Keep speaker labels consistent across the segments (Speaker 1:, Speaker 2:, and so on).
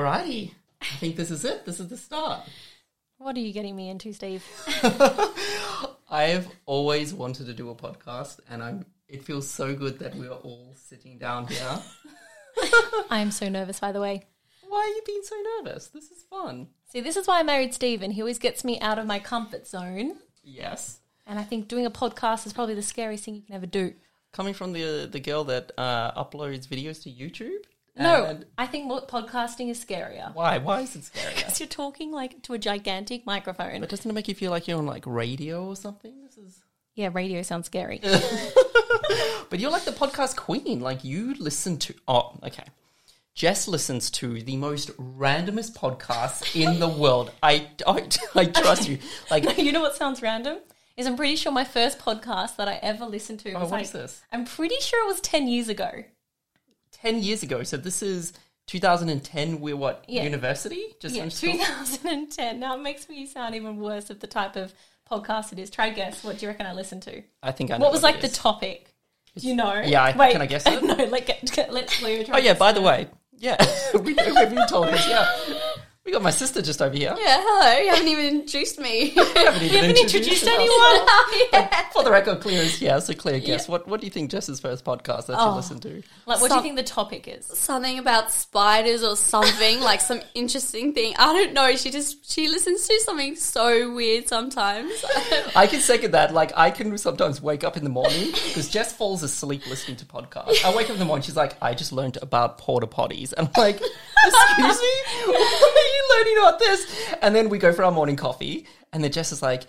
Speaker 1: Alrighty. I think this is it. This is the start.
Speaker 2: What are you getting me into, Steve?
Speaker 1: I've always wanted to do a podcast and I'm it feels so good that we are all sitting down here.
Speaker 2: I'm so nervous, by the way.
Speaker 1: Why are you being so nervous? This is fun.
Speaker 2: See, this is why I married Steve, and he always gets me out of my comfort zone.
Speaker 1: Yes.
Speaker 2: And I think doing a podcast is probably the scariest thing you can ever do.
Speaker 1: Coming from the the girl that uh, uploads videos to YouTube?
Speaker 2: No,
Speaker 1: And-
Speaker 2: I think what podcasting is scarier.
Speaker 1: Why? Why is it scary?
Speaker 2: Because you're talking like to a gigantic microphone.
Speaker 1: But doesn't it make you feel like you're on like radio or something? This is
Speaker 2: Yeah, radio sounds scary.
Speaker 1: But you're like the podcast queen. Like you listen to. Oh, okay. Jess listens to the most randomest podcasts in the world. I, I, I trust you. Like
Speaker 2: you know what sounds random? Is I'm pretty sure my first podcast that I ever listened to was
Speaker 1: oh, what
Speaker 2: like,
Speaker 1: is this?
Speaker 2: I'm pretty sure it was 10 years ago.
Speaker 1: ten years ago. So this is 2010. We're what
Speaker 2: Yeah.
Speaker 1: university? Just
Speaker 2: Yeah,
Speaker 1: finished school?
Speaker 2: 2010. Now it makes me sound even worse of the type of podcast it is. Try guess. What do you reckon I listened to?
Speaker 1: I think I. Know
Speaker 2: What was
Speaker 1: it
Speaker 2: like the
Speaker 1: is.
Speaker 2: topic? Do you know?
Speaker 1: Yeah, I- can I guess it?
Speaker 2: no, let, get, let's Leo try.
Speaker 1: Oh yeah. By the way, yeah, we, we've been told this. Yeah, we got my sister just over here.
Speaker 3: Yeah, hello. You haven't even introduced me.
Speaker 1: haven't even
Speaker 2: You haven't introduced anyone.
Speaker 1: For the record, Claire is yeah. So Claire, guess what? What do you think Jess's first podcast that
Speaker 2: Oh.
Speaker 1: you listened to?
Speaker 2: Like, what do you
Speaker 3: Some-
Speaker 2: think the topic is?
Speaker 3: Something about spiders or something, like some interesting thing. I don't know. She just she listens to something so weird sometimes.
Speaker 1: I can second that. Like, I can sometimes wake up in the morning because Jess falls asleep listening to podcasts. I wake up in the morning, she's like, I just learned about porta potties. And I'm like, excuse me? What are you learning about this? And then we go for our morning coffee, and then Jess is like,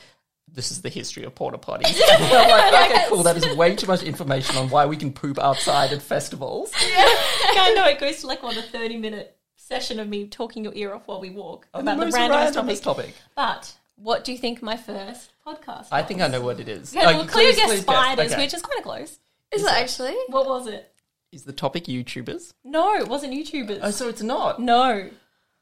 Speaker 1: this is the history of porta potties. And I'm like, okay, cool. That is way too much information on why we can poop outside at festivals.
Speaker 2: Like, I know it goes to like what a thirty-minute session of me talking your ear off while we walk about the,
Speaker 1: most
Speaker 2: randomest topic.
Speaker 1: randomest topic.
Speaker 2: But what do you think my first podcast?
Speaker 1: I think I know what it is.
Speaker 2: Yeah,
Speaker 1: Oh,
Speaker 2: well, clear
Speaker 1: please,
Speaker 2: guess
Speaker 1: please
Speaker 2: spiders,
Speaker 1: Okay.
Speaker 2: which is kind of close.
Speaker 3: Is it actually?
Speaker 2: What was it?
Speaker 1: Is the topic YouTubers?
Speaker 2: No, it wasn't YouTubers.
Speaker 1: Oh, so it's not.
Speaker 2: no,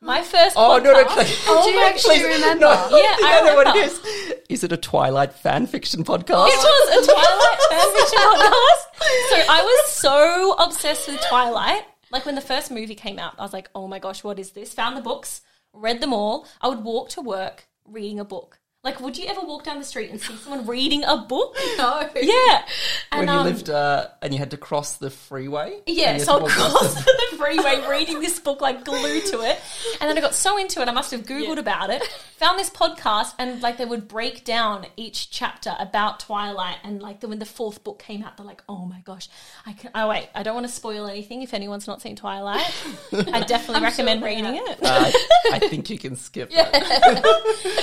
Speaker 2: my first.
Speaker 1: Oh
Speaker 2: podcast,
Speaker 1: no, no! Claire.
Speaker 3: Oh, do you actually
Speaker 1: Please,
Speaker 3: remember?
Speaker 1: No, yeah,
Speaker 2: I
Speaker 1: I, know what it
Speaker 2: remember.
Speaker 1: is. Is it a Twilight fan fiction podcast?
Speaker 2: It was a Twilight fanfiction podcast. So I was so obsessed with Twilight. Like when the first movie came out, I was like, oh my gosh, what is this? Found the books, read them all. I would walk to work reading a book. Like, would you ever walk down the street and see someone reading a book?
Speaker 3: No.
Speaker 2: Yeah. And,
Speaker 1: when you
Speaker 2: um,
Speaker 1: lived uh, and you had to cross the freeway.
Speaker 2: Yeah,
Speaker 1: And you had
Speaker 2: so
Speaker 1: to
Speaker 2: I'd
Speaker 1: walk
Speaker 2: cross the freeway reading this book like glued to it. And then I got so into it, I must have Googled about it, found this podcast, and like they would break down each chapter about Twilight. And like the, when the fourth book came out, they're like, oh my gosh, I can. Oh, wait, I don't want to spoil anything if anyone's not seen Twilight. I definitely recommend
Speaker 3: sure they
Speaker 2: reading
Speaker 3: have.
Speaker 2: it.
Speaker 1: Uh, I think you can skip that.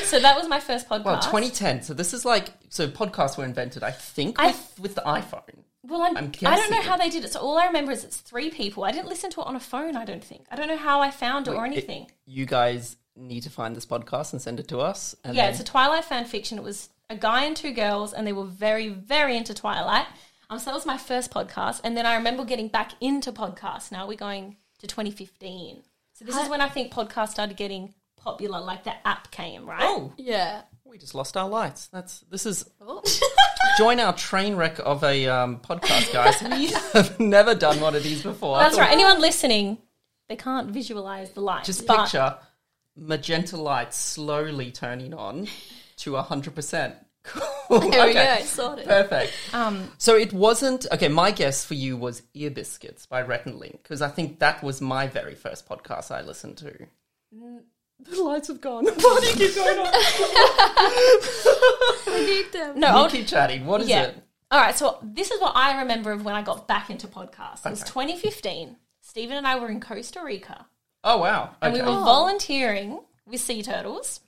Speaker 2: So that was my first podcast.
Speaker 1: Well, 2010. So this is like so podcasts were invented. I think
Speaker 2: I-
Speaker 1: with, with the iPhone.
Speaker 2: Well, I'm,
Speaker 1: I'm
Speaker 2: I don't know
Speaker 1: guessing.
Speaker 2: how they did it. So all I remember is it's three people. I didn't listen to it on a phone, I don't think. I don't know how I found it or
Speaker 1: It-
Speaker 2: anything.
Speaker 1: you guys need to find this podcast and send it to us. And
Speaker 2: Yeah,
Speaker 1: then-
Speaker 2: it's a Twilight fan fiction. It was a guy and two girls, and they were very, very into Twilight. Um, so that was my first podcast, and then I remember getting back into podcasts. Now we're going to 2015, so this is when I think podcasts started getting popular. Like the app came, right?
Speaker 1: oh,
Speaker 3: Yeah.
Speaker 1: we just lost our lights. That's this is
Speaker 3: Oh.
Speaker 1: join our train wreck of a um, podcast, guys. we have never done one of these before.
Speaker 2: that's
Speaker 1: I thought-
Speaker 2: right. Anyone listening, they can't visualize the light.
Speaker 1: Just
Speaker 2: but
Speaker 1: picture magenta lights slowly turning on to 100%. Cool.
Speaker 3: There we
Speaker 1: Okay.
Speaker 3: go. Sorted.
Speaker 1: Perfect.
Speaker 2: um,
Speaker 1: so it wasn't okay. My guess for you was Ear Biscuits by Rhett and Link because I think that was my very first podcast I listened to. The lights have gone. What do you keep going on?
Speaker 3: I need them.
Speaker 2: No,
Speaker 1: You
Speaker 2: I'll
Speaker 1: keep chatting. What is
Speaker 2: Yeah.
Speaker 1: it?
Speaker 2: All right. So this is what I remember of when I got back into podcasts. It was 2015. Stephen and I were in Costa Rica.
Speaker 1: Oh wow. Okay.
Speaker 2: And we were volunteering with sea turtles.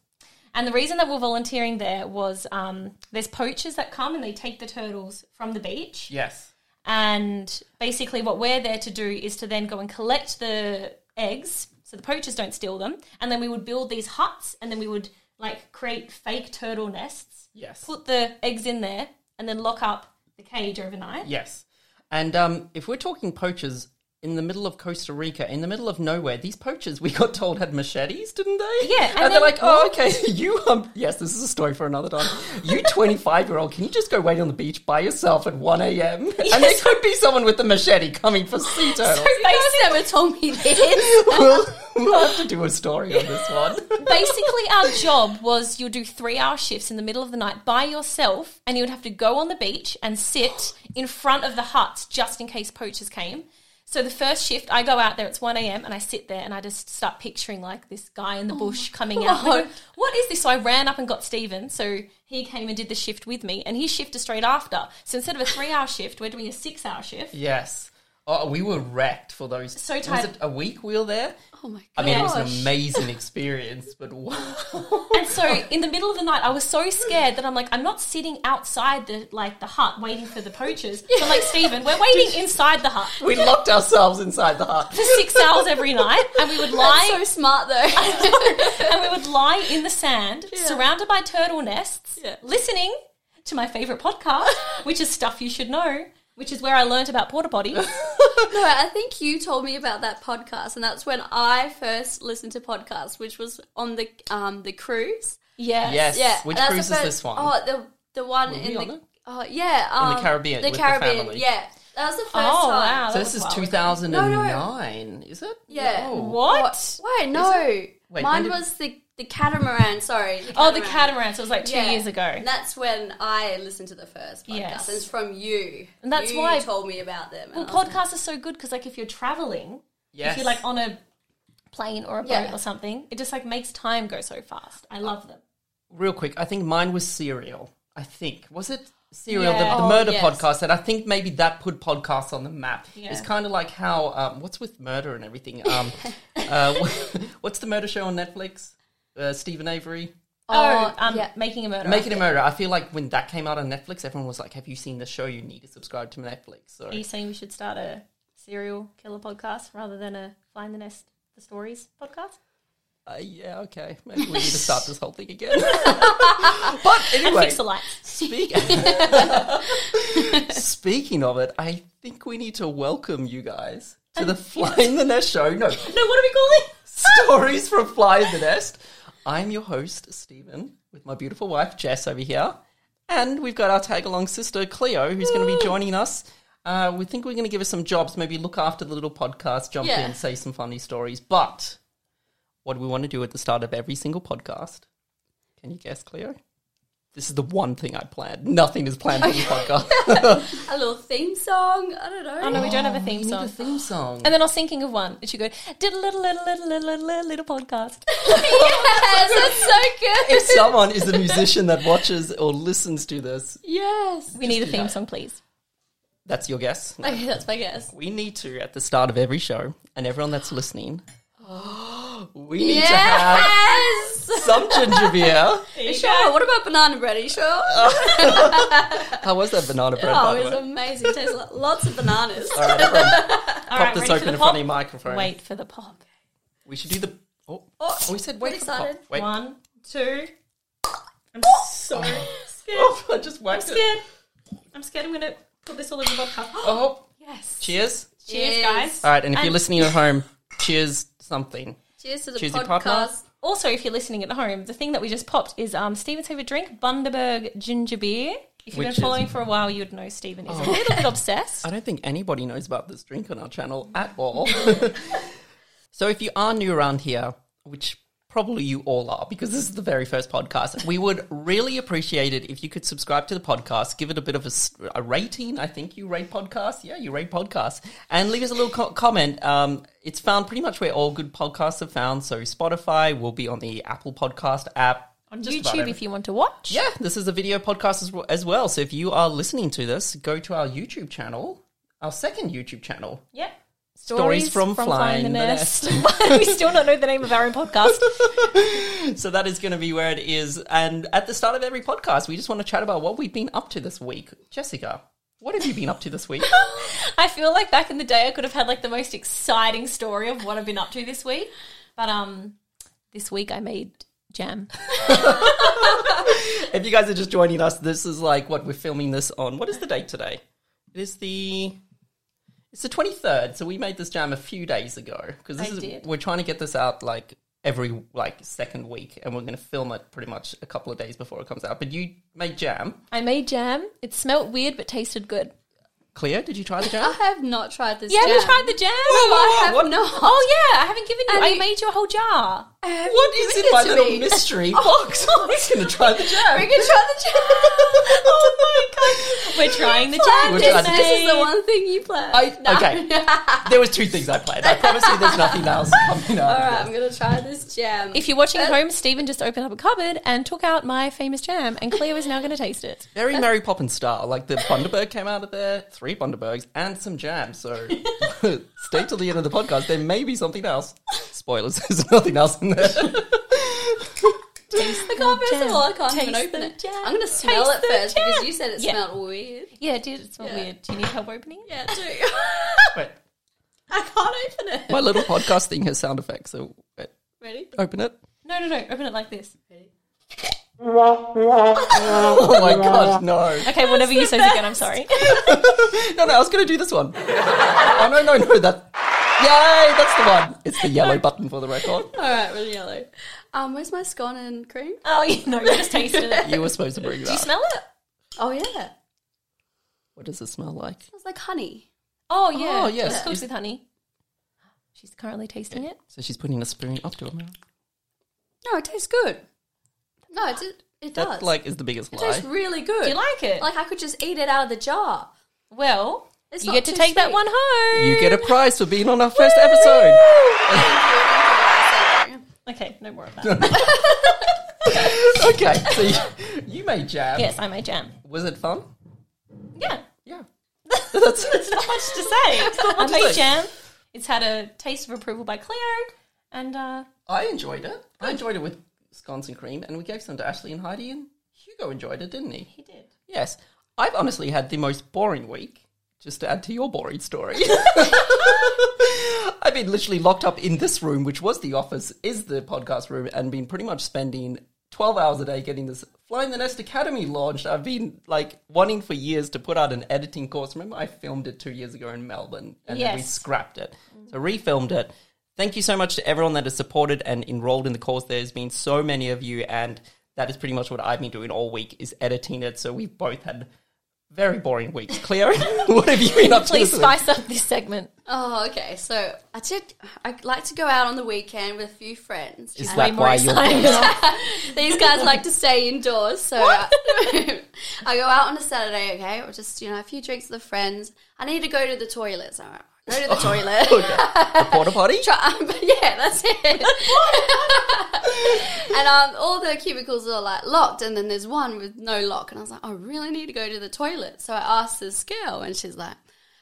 Speaker 2: And the reason that we we're volunteering there was um, there's poachers that come and they take the turtles from the beach.
Speaker 1: yes.
Speaker 2: And basically, what we're there to do is to then go and collect the eggs so the poachers don't steal them. And then we would build these huts and then we would like create fake turtle nests,
Speaker 1: Yes.
Speaker 2: put the eggs in there, and then lock up the cage overnight.
Speaker 1: Yes. And um, if we're talking poachers, in the middle of Costa Rica, in the middle of nowhere. These poachers, we got told, had machetes, didn't they? And,
Speaker 2: Yeah, and
Speaker 1: they're
Speaker 2: then-
Speaker 1: like, oh, okay, you, um, yes, this is a story for another time. You 25 year old, can you just go wait on the beach by yourself at 1 a.m.? And there
Speaker 2: Yes.
Speaker 1: could be someone with a machete coming for sea turtles.
Speaker 3: guys never told me this.
Speaker 1: we'll, we'll have to do a story on this one.
Speaker 2: Basically, our job was you'll do three hour shifts in the middle of the night by yourself, and you would have to go on the beach and sit in front of the huts just in case poachers came. So the first shift, I go out there. It's one a.m. and I sit there and I just start picturing like this guy in the bush coming out. And I go,
Speaker 3: God.
Speaker 2: what is this? So I ran up and got Steven. So he came and did the shift with me, and his shift is straight after. So instead of a three-hour shift, we're doing a six-hour shift.
Speaker 1: Yes. Oh, we were wrecked for those.
Speaker 2: So
Speaker 1: Was
Speaker 2: tired.
Speaker 1: it a week we were there?
Speaker 3: Oh my god!
Speaker 1: I mean, it was an amazing experience, but wow.
Speaker 2: And so in the middle of the night, I was so scared that I'm like, I'm not sitting outside the like the hut waiting for the poachers. But like Stephen, we're waiting inside the hut
Speaker 1: we locked ourselves inside the hut.
Speaker 2: for six hours every night, and we would lie
Speaker 3: so smart though.
Speaker 2: and we would lie in the sand, surrounded by turtle nests,
Speaker 3: Yeah.
Speaker 2: listening to my favorite podcast, which is Stuff You Should Know, which is where I learnt about porta potties.
Speaker 3: no, I think you told me about that podcast, and that's when I first listened to podcasts, which was on the um the cruise.
Speaker 2: Yes.
Speaker 1: Yes.
Speaker 3: Yeah,
Speaker 1: Which
Speaker 3: that's the
Speaker 1: cruise is
Speaker 3: first-
Speaker 1: this one?
Speaker 3: Oh, the the one
Speaker 1: Were
Speaker 3: in
Speaker 1: we on
Speaker 3: the
Speaker 1: it?
Speaker 3: oh yeah um,
Speaker 1: Caribbean
Speaker 3: The
Speaker 1: with the
Speaker 3: Caribbean,
Speaker 1: family.
Speaker 3: yeah. That was the first
Speaker 2: Oh
Speaker 3: time.
Speaker 2: wow.
Speaker 1: So
Speaker 2: that
Speaker 1: this is
Speaker 2: was wild.
Speaker 1: 2009, is it?
Speaker 3: Yeah.
Speaker 1: Whoa.
Speaker 2: What?
Speaker 3: Wait, no.
Speaker 1: Wait, when
Speaker 3: Mine
Speaker 1: did-
Speaker 3: was the the catamaran. Sorry. The
Speaker 2: Oh, the catamaran. So it was like two
Speaker 3: Yeah.
Speaker 2: years ago.
Speaker 3: That's when I listened to the first podcast.
Speaker 2: Yes.
Speaker 3: It's from you.
Speaker 2: And that's
Speaker 3: you
Speaker 2: why-
Speaker 3: told me about them.
Speaker 2: Well,
Speaker 3: and I was
Speaker 2: podcasts are so good because like if you're traveling,
Speaker 1: Yes.
Speaker 2: if you're like on a plane or a boat
Speaker 3: Yeah.
Speaker 2: or something, it just like makes time go so fast. I love them.
Speaker 1: Real quick, I think mine was Serial. I think. Was it Serial,
Speaker 2: Yeah.
Speaker 1: the, the
Speaker 3: Oh,
Speaker 1: murder
Speaker 3: yes.
Speaker 1: podcast? And I think maybe that put podcasts on the map.
Speaker 2: Yeah.
Speaker 1: It's kind of like how, um, what's with murder and everything? Um, uh, what's the murder show on Netflix? Uh, Stephen Avery?
Speaker 2: Oh,
Speaker 3: Oh,
Speaker 2: um,
Speaker 3: yeah.
Speaker 2: making a murder.
Speaker 1: Making a Murder. I feel like when that came out on Netflix, everyone was like, "Have you seen the show? You need to subscribe to Netflix." So
Speaker 2: Are you saying we should start a serial killer podcast rather than a Find the Nest the Stories podcast?
Speaker 1: uh, yeah, okay, maybe we need to start this whole thing again. but anyway,
Speaker 2: Fix the lights.
Speaker 1: speak- speaking of it, I think we need to welcome you guys to the Fly in the Nest show. No
Speaker 2: No, what are we calling?
Speaker 1: stories from Fly in the Nest. I'm your host Stephen, with my beautiful wife Jess over here, and we've got our tag along sister Cleo, who's going to be joining us. Uh, we think we're going to give her some jobs, maybe look after the little podcast, jump
Speaker 3: Yeah.
Speaker 1: in, say some funny stories. But what do we want to do at the start of every single podcast? Can you guess, Cleo? This is the one thing I planned. Nothing is planned for the podcast.
Speaker 3: like, a little theme song. I don't know.
Speaker 2: Oh no, we don't have a
Speaker 1: We
Speaker 2: theme
Speaker 1: need a
Speaker 2: song.
Speaker 1: theme song.
Speaker 2: And then I was thinking of one. It should go diddle little little little little little little podcast.
Speaker 3: yes, that's so good.
Speaker 1: if someone is a musician that watches or listens to this,
Speaker 3: yes.
Speaker 2: We need a
Speaker 1: do
Speaker 2: theme
Speaker 1: that.
Speaker 2: song, please.
Speaker 1: that's your guess.
Speaker 3: Okay, that's my guess.
Speaker 1: We need to at the start of every show, and everyone that's listening, we need to have
Speaker 3: Yes.
Speaker 1: some ginger beer.
Speaker 3: You sure. What about banana bread? Are you sure? Oh,
Speaker 1: How was that banana bread? by
Speaker 2: Oh,
Speaker 3: it
Speaker 1: the
Speaker 3: was
Speaker 1: way?
Speaker 3: amazing. It tastes like lots of bananas.
Speaker 1: All right, everyone,
Speaker 2: All
Speaker 1: pop
Speaker 2: right,
Speaker 1: this
Speaker 2: ready for
Speaker 1: open
Speaker 2: the
Speaker 1: in front of your
Speaker 2: pop?
Speaker 1: microphone.
Speaker 2: Wait for the pop.
Speaker 1: we should do the. Oh,
Speaker 3: Oh,
Speaker 1: we said wait
Speaker 3: pretty
Speaker 1: for the pop.
Speaker 3: excited.
Speaker 1: Wait.
Speaker 2: One, two. I'm so scared.
Speaker 1: Oh, I just
Speaker 2: I'm
Speaker 1: whacked it.
Speaker 2: scared. I'm scared. I'm gonna put this all over the podcast.
Speaker 1: Oh,
Speaker 3: Yes.
Speaker 1: cheers!
Speaker 2: Cheers, guys.
Speaker 1: All right, and if you're
Speaker 2: And-
Speaker 1: listening at home, cheers something.
Speaker 3: Cheers to the
Speaker 1: Cheesy
Speaker 3: podcast.
Speaker 1: partner?
Speaker 2: Also, if you're listening at home, the thing that we just popped is um, Stephen's favorite drink, Bundaberg ginger beer. If you've
Speaker 1: Which
Speaker 2: been
Speaker 1: is- Oh.
Speaker 2: following for a while, you'd know Stephen is a little bit obsessed.
Speaker 1: I don't think anybody knows about this drink on our channel at all. so if you are new around here, which probably you all are because this is the very first podcast, we would really appreciate it if you could subscribe to the podcast, give it a bit of a, s- a rating. I think you rate podcasts. Yeah, you rate podcasts. And leave us a little co- comment. Um, it's found pretty much where all good podcasts are found. So Spotify will be on the Apple Podcast app.
Speaker 2: On
Speaker 1: just about
Speaker 2: YouTube, if you want to watch.
Speaker 1: Yeah, this is a video podcast as, as well. So if you are listening to this, go to our YouTube channel, our second YouTube channel.
Speaker 2: Yep.
Speaker 1: Stories from Flying the
Speaker 2: we still don't know the name of our own podcast.
Speaker 1: So that is going to be where it is. And at the start of every podcast, we just want to chat about what we've been up to this week. Jessica, what have you been up to this week?
Speaker 2: I feel like back in the day, I could have had like the most exciting story of what I've been up to this week. But um, this week I made jam.
Speaker 1: if you guys are just joining us, this is like what we're filming this on. What is the date today? It is the. It's the 23rd, so we made this jam a few days ago because this
Speaker 2: I
Speaker 1: is
Speaker 2: did.
Speaker 1: we're trying to get this out like every like second week, and we're going to film it pretty much a couple of days before it comes out. But you made jam,
Speaker 2: I made jam. It smelt weird but tasted good.
Speaker 1: Cleo. Did you try the
Speaker 3: I
Speaker 1: jam?
Speaker 3: have not tried this.
Speaker 2: Yeah, have you
Speaker 3: jam.
Speaker 2: tried the jam?
Speaker 3: No, I have
Speaker 1: What?
Speaker 3: not.
Speaker 2: Oh yeah, I haven't given you.
Speaker 3: And
Speaker 2: I,
Speaker 3: it-
Speaker 2: made you a whole jar.
Speaker 1: what is
Speaker 3: given
Speaker 1: in my
Speaker 3: it to
Speaker 1: little
Speaker 3: me.
Speaker 1: mystery box? I'm just going to try the jam.
Speaker 3: We can try the jam.
Speaker 1: oh my god!
Speaker 2: We're trying the
Speaker 3: Planned
Speaker 2: jam.
Speaker 1: We're
Speaker 3: it,
Speaker 1: trying
Speaker 2: Disney.
Speaker 1: to-
Speaker 3: This is the one thing you planned.
Speaker 1: I, Okay, there was two things I played. I promise you, there's nothing else coming out.
Speaker 3: All
Speaker 1: of
Speaker 3: right,
Speaker 1: this.
Speaker 3: I'm gonna try this jam.
Speaker 2: If you're watching at home, Stephen just opened up a cupboard and took out my famous jam, and Cleo is now going to taste it.
Speaker 1: Very Mary Poppins style. Like the Bundaberg came out of there, three Bundabergs and some jam. So stay till the end of the podcast. There may be something else. Spoilers, there's nothing else in there.
Speaker 3: I can't, first
Speaker 2: jam.
Speaker 3: of all, I can't even
Speaker 2: Taste
Speaker 3: open
Speaker 2: the
Speaker 3: it.
Speaker 2: jam.
Speaker 3: I'm gonna smell
Speaker 2: Taste
Speaker 3: it
Speaker 2: the
Speaker 3: first because
Speaker 2: jam.
Speaker 3: you said it
Speaker 2: Yeah.
Speaker 3: smelled weird.
Speaker 2: Yeah, it did. It smelled
Speaker 3: Yeah.
Speaker 2: weird. Do you need help opening it?
Speaker 3: Yeah, do.
Speaker 1: Wait,
Speaker 3: I can't open it.
Speaker 1: my little podcast thing has sound effects. So wait,
Speaker 3: Ready?
Speaker 1: open it.
Speaker 2: No, no, no. Open it like this.
Speaker 1: Oh my god, no.
Speaker 2: Okay, whenever you say it again, I'm sorry.
Speaker 1: No, no, I was going to do this one. Oh, no, no, no. That. Yay, that's the one. It's the yellow button for the record.
Speaker 3: All right, red and yellow. Um, where's my scone and cream?
Speaker 2: Oh, you no, you just tasted it. Do
Speaker 1: You were supposed to bring
Speaker 2: you
Speaker 1: that.
Speaker 2: smell it?
Speaker 3: Oh yeah,
Speaker 1: what does it smell like?
Speaker 3: smells like honey.
Speaker 2: Oh yeah.
Speaker 1: Oh, yes.
Speaker 2: It's cooked with honey. She's currently tasting it.
Speaker 1: So she's putting a spoon up to her mouth.
Speaker 3: No, it tastes good. No, it it, it does.
Speaker 1: That like is the biggest
Speaker 3: it
Speaker 1: lie.
Speaker 3: tastes really good.
Speaker 2: Do you like it?
Speaker 3: Like I could just eat it out of the jar.
Speaker 2: well,
Speaker 3: It's
Speaker 2: you
Speaker 3: not
Speaker 2: get to
Speaker 3: too
Speaker 2: take that
Speaker 3: sweet.
Speaker 2: one home.
Speaker 1: You get a prize for being on our first episode.
Speaker 2: Okay, no more of that.
Speaker 1: okay, so you, you made jam.
Speaker 2: yes, I made jam.
Speaker 1: Was it fun?
Speaker 2: Yeah.
Speaker 1: Yeah. That's
Speaker 2: There's not much to say. I
Speaker 1: to
Speaker 2: made
Speaker 1: say.
Speaker 2: jam. It's had a taste of approval by Cleo, and uh,
Speaker 1: I enjoyed it. I enjoyed it with scones and cream, and we gave some to Ashley and Heidi, and Hugo enjoyed it, didn't he?
Speaker 2: he did.
Speaker 1: Yes. I've honestly had the most boring week, just to add to your boring story. I've been literally locked up in this room, which was the office, is the podcast room, and been pretty much spending 12 hours a day getting this Flying the Nest Academy launched. I've been like wanting for years to put out an editing course. Remember, I filmed it two years ago in Melbourne and then we
Speaker 2: Yes.
Speaker 1: scrapped it. So, refilmed it. Thank you so much to everyone that has supported and enrolled in the course. There's been so many of you, and that is pretty much what I've been doing all week is editing it. So, we've both had very boring weeks. Claire, what have you been up to?
Speaker 2: Please
Speaker 1: this week?
Speaker 2: spice up this segment.
Speaker 3: Oh, okay. So I did. I like to go out on the weekend with a few friends.
Speaker 1: Is
Speaker 3: And
Speaker 1: that why you're
Speaker 3: These guys like to stay indoors, so I, I go out on a Saturday. Okay, or just you know a few drinks with the friends. I need to go to the toilet. So I go to the
Speaker 1: Oh,
Speaker 3: toilet.
Speaker 1: the porta potty?
Speaker 3: Try, yeah, that's it. and um, all the cubicles are like locked, and then there's one with no lock. And I was like, "Oh, I really need to go to the toilet. So I asked this girl, and she's like,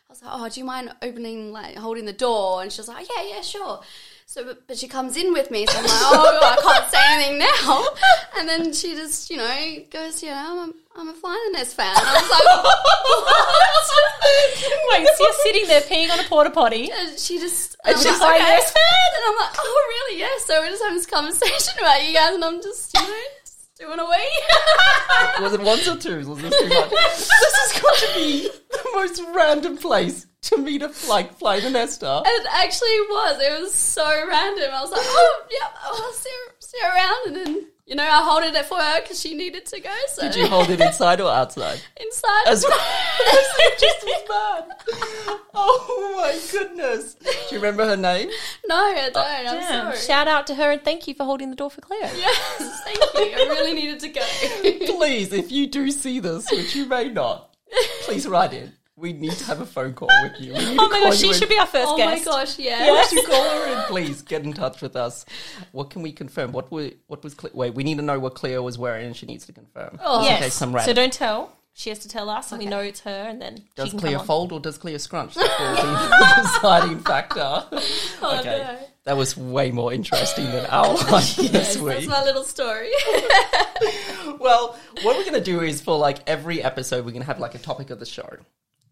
Speaker 3: I was like, oh, do you mind opening, like, holding the door? And she's like, yeah, yeah, sure. So, but, but she comes in with me, so I'm like, oh, I can't say anything now. And then she just, you know, goes, you know, I'm a, I'm a Fly in the Nest fan. And I was like,
Speaker 2: Wait, so you're sitting there peeing on a porta potty?
Speaker 3: And she just
Speaker 1: And
Speaker 3: I'm
Speaker 1: she's
Speaker 2: like, "Yes,
Speaker 3: And I'm like, oh really? Yeah. So we're just having this conversation about you guys, and I'm just you know just doing away.
Speaker 1: Was it ones or twos? Was this too much? this has got to be the most random place to meet a like fly the nest star.
Speaker 3: it actually was. It was so random. I was like, oh yep, I'll see her, see her around, and then. You know, I hold it for her because she needed to go. So
Speaker 1: Did you hold it inside or outside?
Speaker 3: inside?
Speaker 1: As just as bad. Oh my goodness! Do you remember her name?
Speaker 3: no, I
Speaker 1: Oh,
Speaker 3: don't. I'm
Speaker 2: Damn.
Speaker 3: sorry.
Speaker 2: Shout out to her and thank you for holding the door for Cleo.
Speaker 3: yes, thank you. I really needed to go.
Speaker 1: Please, if you do see this, which you may not, please write in. We need to have a phone call with you.
Speaker 2: Oh my gosh, she should be our first
Speaker 3: oh
Speaker 2: guest.
Speaker 3: my gosh, yeah.
Speaker 1: Yes. You call her in, please get in touch with us. What can we confirm? What were, what was Cle- wait? We need to know what Cleo was wearing, and she needs to confirm.
Speaker 3: Oh.
Speaker 1: Just in
Speaker 2: Yes.
Speaker 1: case some
Speaker 2: so
Speaker 1: random.
Speaker 2: don't tell. She has to tell us, and we know it's her, and then she
Speaker 1: does
Speaker 2: can
Speaker 1: Cleo
Speaker 2: come on.
Speaker 1: fold or does Cleo scrunch? That will be the deciding factor.
Speaker 3: Oh,
Speaker 1: okay,
Speaker 3: no.
Speaker 1: that was way more interesting than our one this
Speaker 3: That's
Speaker 1: week.
Speaker 3: my little story.
Speaker 1: Well, what we're going to do is for like every episode, we're going to have like a topic of the show.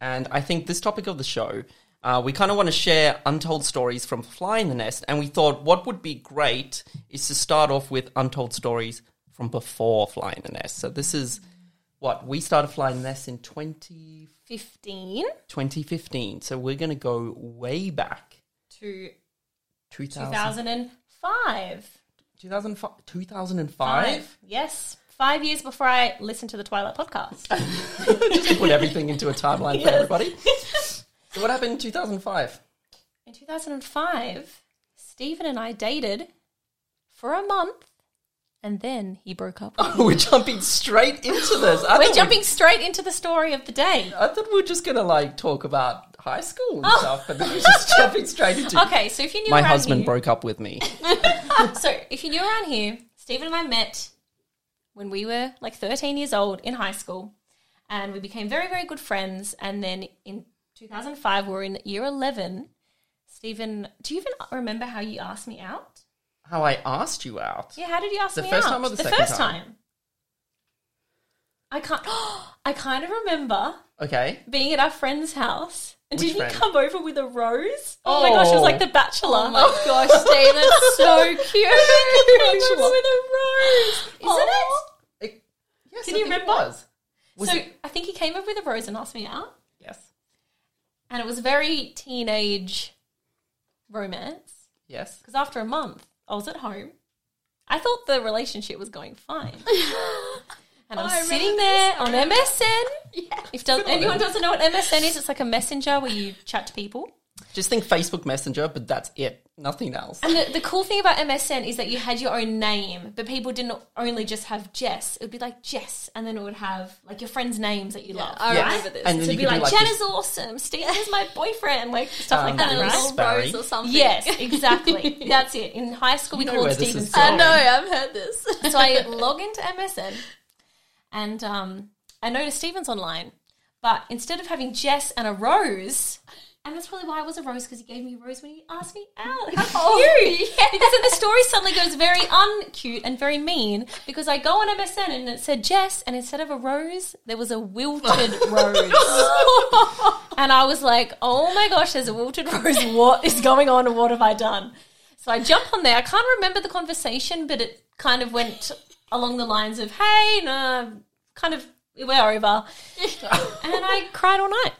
Speaker 1: And I think this topic of the show, uh, we kind of want to share untold stories from Fly in the Nest. And we thought what would be great is to start off with untold stories from before Fly in the Nest. So this is what we started flying this in 20,
Speaker 2: 15
Speaker 1: 2015. So we're going to go way back.
Speaker 2: to
Speaker 1: 2000,
Speaker 2: 2005.
Speaker 1: 2005,
Speaker 2: Five. Yes. Five years before I listened to the Twilight podcast.
Speaker 1: just to put everything into a timeline
Speaker 2: Yes.
Speaker 1: for everybody. So what happened in 2005?
Speaker 2: In 2005, Stephen and I dated for a month and then he broke up. with me.
Speaker 1: We're jumping straight into this. I thought
Speaker 2: We're
Speaker 1: we-
Speaker 2: jumping straight into the story of the day.
Speaker 1: I thought we were just going to like talk about high school and stuff, but then we're just jumping straight into
Speaker 2: Okay, so if Oh. you knew
Speaker 1: My
Speaker 2: around
Speaker 1: husband
Speaker 2: here,
Speaker 1: broke up with me.
Speaker 2: so if you knew around here, Stephen and I met when we were like 13 years old in high school, and we became very, very good friends. And then in 2005, we were in year 11. Stephen, do you even remember how you asked me out?
Speaker 1: How I asked you out.
Speaker 2: Yeah, how did you ask
Speaker 1: The
Speaker 2: me
Speaker 1: first
Speaker 2: out?
Speaker 1: time or the second
Speaker 2: first
Speaker 1: time?
Speaker 2: time. I can't. I kind of remember
Speaker 1: Okay.
Speaker 2: being at our friend's house. And
Speaker 1: Which
Speaker 2: did you
Speaker 1: friend?
Speaker 2: come over with a rose? Oh, my gosh, it
Speaker 1: Oh.
Speaker 2: was like the bachelor.
Speaker 3: Oh my gosh, Steve, that's
Speaker 2: Came
Speaker 3: so cute.
Speaker 2: over with a rose. Isn't it?
Speaker 1: It- yes,
Speaker 2: Can
Speaker 1: I think
Speaker 2: you remember?
Speaker 1: It was. Was
Speaker 2: so
Speaker 1: it-
Speaker 2: I think he came up with a rose and asked me out,
Speaker 1: Yes.
Speaker 2: and it was very teenage romance.
Speaker 1: Yes.
Speaker 2: Because after a month, I was at home. I thought the relationship was going fine, and I'm
Speaker 3: Oh, I remember
Speaker 2: sitting there on MSN.
Speaker 3: Yes.
Speaker 2: If does,
Speaker 1: Good on
Speaker 2: anyone
Speaker 1: him.
Speaker 2: doesn't know what MSN is, it's like a messenger where you chat to people.
Speaker 1: Just think Facebook Messenger, but that's it. Nothing else.
Speaker 2: And the, the cool thing about MSN is that you had your own name, but people didn't only just have Jess. It would be like Jess, and then it would have like your friends' names that you love.
Speaker 3: I
Speaker 1: Yes.
Speaker 3: remember this.
Speaker 1: And
Speaker 2: So
Speaker 1: then
Speaker 2: it'd
Speaker 1: you
Speaker 2: be
Speaker 1: could
Speaker 2: like,
Speaker 1: do like
Speaker 2: Jen
Speaker 1: this-
Speaker 2: is awesome. Steve is my boyfriend. Like stuff like
Speaker 1: Um,
Speaker 2: that,
Speaker 1: it was-
Speaker 2: right?
Speaker 3: little rose or something.
Speaker 2: Yes, exactly. That's it. In high school, we
Speaker 1: You know
Speaker 2: called
Speaker 1: where this
Speaker 2: Stephen's
Speaker 1: is
Speaker 3: I
Speaker 1: going.
Speaker 3: know, I've heard this.
Speaker 2: So I log into MSN, and um, I noticed Stephen's online, but instead of having Jess and a rose. And that's probably why it was a rose because he gave me a rose when he asked me out. How cute! Because then the story suddenly goes very uncute and very mean because I go on MSN and it said Jess, and instead of a rose, there was a wilted rose. And I was like, oh my gosh, there's a wilted rose. What is going on? What have I done? So I jump on there. I can't remember the conversation, but it kind of went along the lines of, hey, no, kind of, we're over. And I cried all night.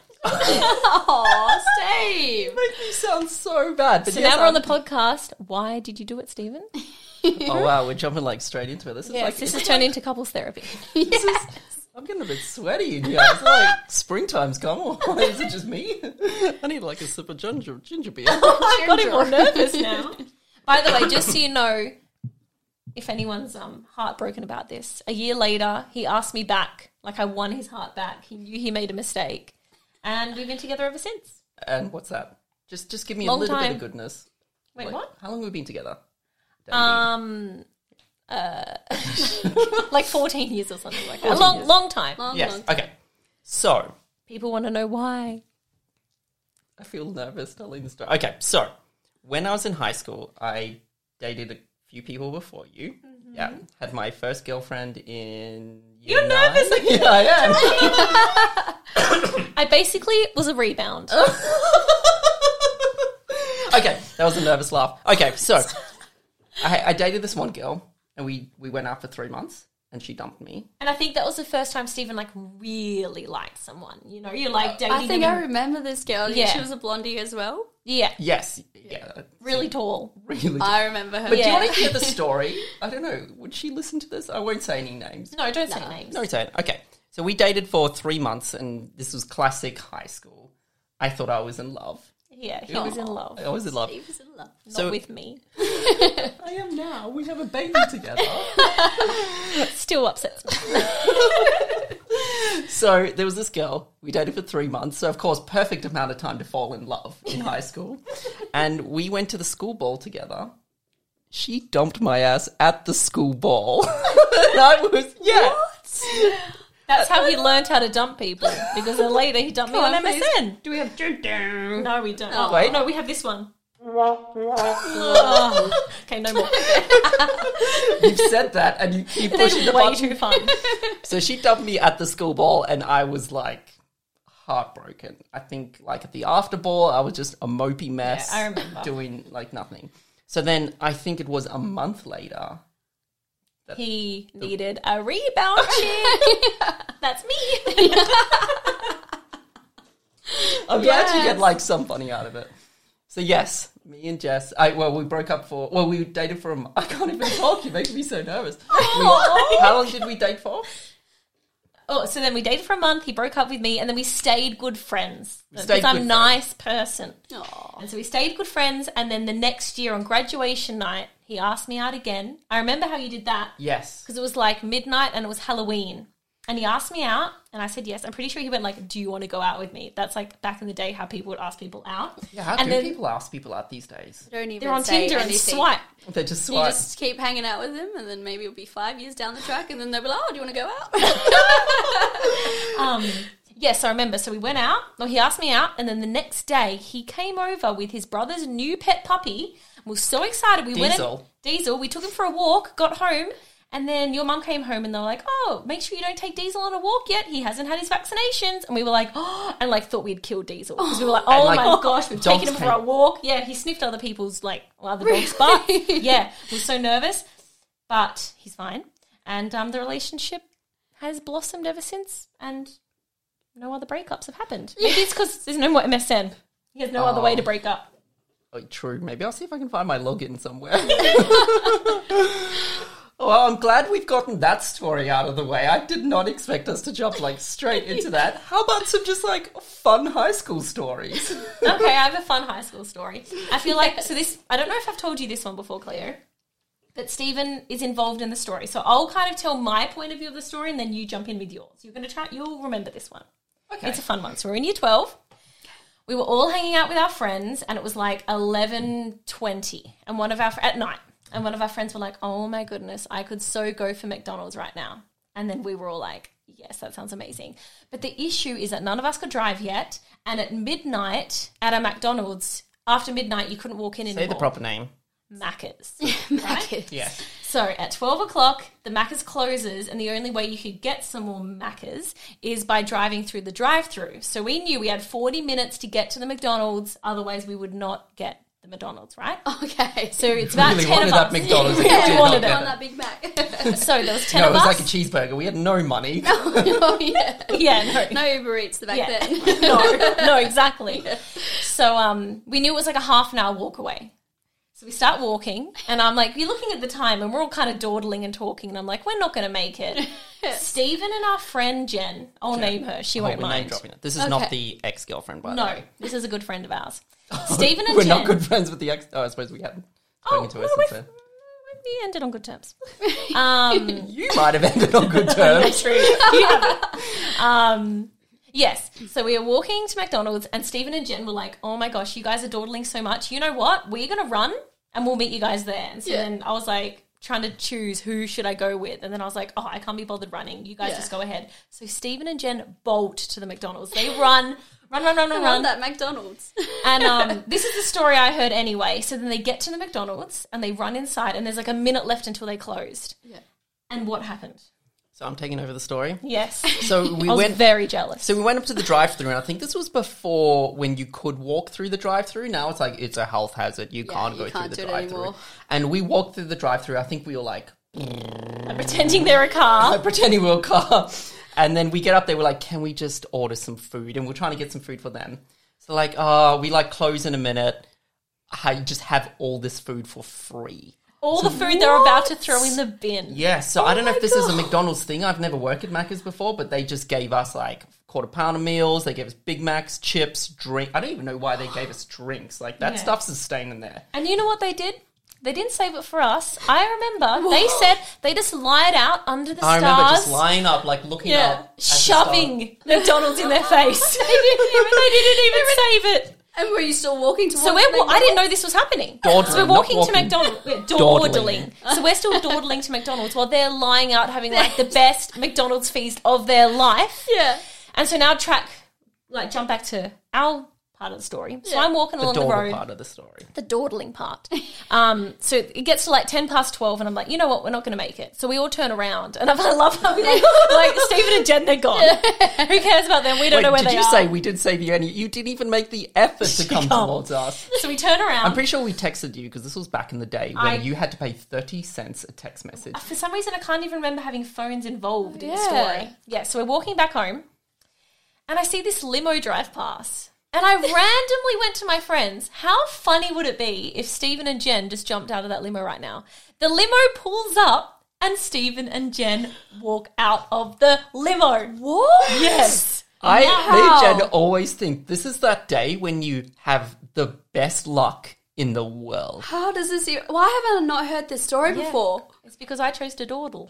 Speaker 3: Aw, Steve.
Speaker 1: Make me sound so bad. But
Speaker 2: So
Speaker 1: yes,
Speaker 2: now we're on
Speaker 1: I-
Speaker 2: the podcast. Why did you do it, Stephen?
Speaker 1: Oh wow, we're jumping like straight into it. This is like
Speaker 2: this has turned into couples therapy.
Speaker 1: I'm getting a bit sweaty in here. It's like springtime's come. Or is it just me? I need like a sip of ginger ginger beer.
Speaker 2: I got him more nervous now. By the way, just so you know, if anyone's um, heartbroken about this, a year later he asked me back. Like I won his heart back. He knew he made a mistake, and we've been together ever since.
Speaker 1: and what's that? Just just give me
Speaker 2: Long
Speaker 1: a little bit
Speaker 2: time.
Speaker 1: of goodness.
Speaker 2: Wait,
Speaker 1: Like,
Speaker 2: what?
Speaker 1: How long have we been together? Dating.
Speaker 2: Um, uh, like fourteen years or something like that. A long, long time.
Speaker 3: Long,
Speaker 1: yes.
Speaker 3: long
Speaker 1: Okay. So
Speaker 2: People want to know why.
Speaker 1: I feel nervous telling the story. Okay, so when I was in high school, I dated a few people before you. Yeah, had my first girlfriend in. Year
Speaker 2: Mm-hmm. You're nervous
Speaker 1: nine. Yeah, I am.
Speaker 2: I basically was a rebound.
Speaker 1: okay, that was a nervous laugh. Okay, so I, I dated this one girl, and we we went out for three months, and she dumped me.
Speaker 2: And I think that was the first time Stephen like really liked someone. You know, you're like dating.
Speaker 3: I think
Speaker 2: them-
Speaker 3: I remember this girl.
Speaker 2: Yeah.
Speaker 3: She was a blondie as well.
Speaker 2: yeah,
Speaker 1: Yes, yeah, Uh,
Speaker 2: really tall.
Speaker 1: really.
Speaker 3: I remember her.
Speaker 1: but do
Speaker 2: Yeah.
Speaker 1: you want to hear the story? I don't know. Would she listen to this? I won't say any names.
Speaker 2: No, don't say names.
Speaker 1: No, don't. Okay. So we dated for three months, and this was classic high school. I thought I was in love.
Speaker 2: Yeah, he was in love.
Speaker 1: I was in love.
Speaker 3: He was in love.
Speaker 1: So
Speaker 2: Not with me.
Speaker 1: I am now. We have a baby together.
Speaker 2: Still upsets me.
Speaker 1: so there was this girl. We dated for three months. So of course, perfect amount of time to fall in love in high school. And we went to the school ball together. She dumped my ass at the school ball. and I was yeah.
Speaker 2: That's how he learned how to dump people because then later he dumped me on
Speaker 3: please.
Speaker 2: MSN.
Speaker 1: Do we have
Speaker 2: No, we don't.
Speaker 3: Oh.
Speaker 1: Wait.
Speaker 2: No, we have this one. Oh. Okay, no more.
Speaker 1: You've said that, and you keep
Speaker 2: This
Speaker 1: pushing
Speaker 2: is
Speaker 1: the
Speaker 2: way
Speaker 1: button.
Speaker 2: too fun.
Speaker 1: So she dumped me at the school ball, and I was like heartbroken. I think like at the after ball, I was just a mopey mess.
Speaker 2: Yeah, I remember.
Speaker 1: doing like nothing. So then I think it was a month later.
Speaker 2: He needed a rebound chick. That's me.
Speaker 1: I'm glad you get like some funny out of it. So yes, me and Jess. I well, we broke up for well, we dated for a month. I can't even talk. You make me so nervous. We- oh, how long did we date for?
Speaker 2: oh, so then we dated for a month. He broke up with me, and then we stayed good friends
Speaker 1: stayed
Speaker 2: because I'm a
Speaker 1: good
Speaker 2: nice person.
Speaker 3: Aw.
Speaker 2: And so we stayed good friends. And then the next year on graduation night, he asked me out again. I remember how you did that
Speaker 1: Yes.
Speaker 2: because it was like midnight and it was Halloween. And he asked me out, and I said yes. I'm pretty sure he went like, "Do you want to go out with me?" That's like back in the day how people would ask people out.
Speaker 1: Yeah. How
Speaker 2: and
Speaker 1: do
Speaker 2: then
Speaker 1: people ask people out these days?
Speaker 3: Don't even
Speaker 2: They're on
Speaker 3: say
Speaker 2: Tinder and
Speaker 3: anything.
Speaker 2: swipe.
Speaker 1: They just
Speaker 3: You
Speaker 1: swipe.
Speaker 3: just keep hanging out with him, and then maybe it'll be five years down the track, and then they'll be like, "Oh, do you want to go out?"
Speaker 2: Um, yes, I remember. So we went out. Well, he asked me out, and then the next day he came over with his brother's new pet puppy. We were so excited. We went
Speaker 1: Diesel.
Speaker 2: and, Diesel. We took him for a walk. Got home, and then your mum came home, and they were like, "Oh, make sure you don't take Diesel on a walk yet. He hasn't had his vaccinations." And we were like, "Oh," and like thought we'd killed Diesel because we were like, "Oh
Speaker 1: like,
Speaker 2: my gosh, we've taken
Speaker 1: dogs
Speaker 2: him for
Speaker 1: came-
Speaker 2: a walk." Yeah, he sniffed other people's like well, other dogs' butt. Yeah, we were so nervous, but he's fine, and um, the relationship has blossomed ever since, and no other breakups have happened. Maybe it's because there's no more MSN. He has no other way to break up.
Speaker 1: Oh, true. Maybe I'll see if I can find my login somewhere. well, I'm glad we've gotten that story out of the way. I did not expect us to jump like straight into that. How about some just like fun high school stories?
Speaker 2: Okay, I have a fun high school story. I feel like so this. I don't know if I've told you this one before, Cleo, but Stephen is involved in the story. So I'll kind of tell my point of view of the story, and then you jump in with yours. You're gonna try. You'll remember this one.
Speaker 1: Okay.
Speaker 2: It's a fun one. So we're in year 12. We were all hanging out with our friends and it was like 11:20 and one of our fr- at night and one of our friends were like, "Oh my goodness, I could so go for McDonald's right now." And then we were all like, "Yes, that sounds amazing." But the issue is that none of us could drive yet and at midnight at a McDonald's after midnight you couldn't walk in
Speaker 1: Say
Speaker 2: anymore.
Speaker 1: the proper name.
Speaker 2: Macca's.
Speaker 3: Mac
Speaker 1: Yeah.
Speaker 2: So at 12 o'clock, the Macca's closes, and the only way you could get some more Macca's is by driving through the drive through. So we knew we had 40 minutes to get to the McDonald's, otherwise, we would not get the McDonald's, right?
Speaker 3: Okay,
Speaker 2: So it's about
Speaker 1: really
Speaker 2: 10
Speaker 1: wanted
Speaker 2: of
Speaker 1: that
Speaker 2: us.
Speaker 1: McDonald's. and you
Speaker 2: Yeah,
Speaker 1: did
Speaker 2: we
Speaker 1: not
Speaker 2: wanted
Speaker 1: get
Speaker 2: it.
Speaker 3: on that Big Mac.
Speaker 2: So there was 10
Speaker 1: No, it
Speaker 2: of
Speaker 1: was
Speaker 2: us.
Speaker 1: like a cheeseburger. We had no money.
Speaker 3: oh yeah,
Speaker 2: yeah, no.
Speaker 3: no Uber Eats back
Speaker 2: Yeah.
Speaker 3: then.
Speaker 2: no, no, exactly. So um, we knew it was like a half an hour walk away. So we start walking, and I'm like, you're looking at the time, and we're all kind of dawdling and talking, and I'm like, we're not going to make it. Stephen and our friend Jen, I'll name her, she
Speaker 1: Oh,
Speaker 2: won't
Speaker 1: we're name
Speaker 2: mind.
Speaker 1: dropping it. This is not
Speaker 3: Okay.
Speaker 1: the ex girlfriend, by the
Speaker 2: No,
Speaker 1: way.
Speaker 2: this is a good friend of ours. Stephen and
Speaker 1: We're
Speaker 2: Jen. Oh,
Speaker 1: not good friends with the ex. Oh, I suppose we haven't spoken to her
Speaker 2: no,
Speaker 1: since then.
Speaker 2: We ended on good terms. Um,
Speaker 1: You might have ended on good terms.
Speaker 2: true. You have it. Um, yes. So we were walking to McDonald's, and Stephen and Jen were like, "Oh my gosh, you guys are dawdling so much. You know what? We're gonna run, and we'll meet you guys there." And so
Speaker 3: Yeah.
Speaker 2: then I was like. Trying to choose who should I go with, and then I was like, "Oh, I can't be bothered running. You guys
Speaker 3: Yeah.
Speaker 2: just go ahead." So Stephen and Jen bolt to the McDonald's. They run, run, run, run, run,
Speaker 3: on
Speaker 2: run.
Speaker 3: that McDonald's.
Speaker 2: And um, this is the story I heard anyway. So then they get to the McDonald's and they run inside, and there's like a minute left until they closed.
Speaker 3: Yeah.
Speaker 2: And what happened?
Speaker 1: So I'm taking over the story.
Speaker 2: Yes,
Speaker 1: So we
Speaker 2: I was
Speaker 1: went.
Speaker 2: very jealous.
Speaker 1: So we went up to the drive-through, and I think this was before when you could walk through the drive-through. Now it's like it's a health hazard; you can't
Speaker 3: you
Speaker 1: go
Speaker 3: can't
Speaker 1: through
Speaker 3: do
Speaker 1: the
Speaker 3: it
Speaker 1: drive-through.
Speaker 3: anymore.
Speaker 1: And we walked through the drive-through. I think we were like
Speaker 2: pretending they're a car.
Speaker 1: like, pretending we were a car, and then we get up there. We're like, "Can we just order some food?" And we're trying to get some food for them. So like, oh, we like close in a minute. I just have all this food for free. Oh
Speaker 2: All the food they're about to throw in the bin.
Speaker 1: Yeah, so I don't know if this is a McDonald's thing. I've never worked at Macca's before, but they just gave us like quarter pounder meals. They gave us Big Macs, chips, drink. I don't even know why they gave us drinks. Like that
Speaker 2: Yeah.
Speaker 1: stuff's just staying in there.
Speaker 2: And you know what they did? They didn't save it for us. I remember they said they just lied out under the
Speaker 1: I
Speaker 2: stars.
Speaker 1: remember just lying up, like looking
Speaker 2: yeah,
Speaker 1: up, at the
Speaker 2: shoving McDonald's in their face. they didn't even, they didn't even save it.
Speaker 3: And were you still walking towards?
Speaker 2: So we're. wa- I
Speaker 3: McDonald's?
Speaker 2: didn't know this was happening.
Speaker 1: Dawdling,
Speaker 2: so we're
Speaker 1: not
Speaker 2: walking,
Speaker 1: walking.
Speaker 2: to McDonald's. We're
Speaker 1: Dawdling.
Speaker 2: dawdling. So we're still dawdling to McDonald's while they're lying out having like the best McDonald's feast of their life.
Speaker 3: Yeah.
Speaker 2: And so now track, like jump back to our part of the story. So I'm walking
Speaker 1: The
Speaker 2: along the
Speaker 1: daughter
Speaker 2: road
Speaker 1: part of the story.
Speaker 2: the dawdling part. Um, so it gets to like 10 past 12, and I'm like, you know what, we're not going to make it. So we all turn around, and I love how we like, like Stephen and Jen, they're gone. Who cares about them? We don't
Speaker 1: Wait,
Speaker 2: know where
Speaker 1: did
Speaker 2: they
Speaker 1: you
Speaker 2: are.
Speaker 1: say we did save you and you, you didn't even make the effort to come
Speaker 2: Come.
Speaker 1: towards us?
Speaker 2: so we turn around.
Speaker 1: I'm pretty sure we texted you because this was back in the day when
Speaker 2: I-
Speaker 1: you had to pay 30 cents a text message.
Speaker 2: For some reason, I can't even remember having phones involved in the
Speaker 3: Yeah.
Speaker 2: story. Yeah, so we're walking back home, and I see this limo drive past. And I randomly went to my friends. How funny would it be if Stephen and Jen just jumped out of that limo right now? The limo pulls up, and Stephen and Jen walk out of the limo. What? Yes.
Speaker 1: I,
Speaker 3: Wow.
Speaker 1: me and Jen always think this is that day when you have the best luck in the world.
Speaker 3: How does this? e- Why have I not heard this story before?
Speaker 2: It's because I chose to dawdle.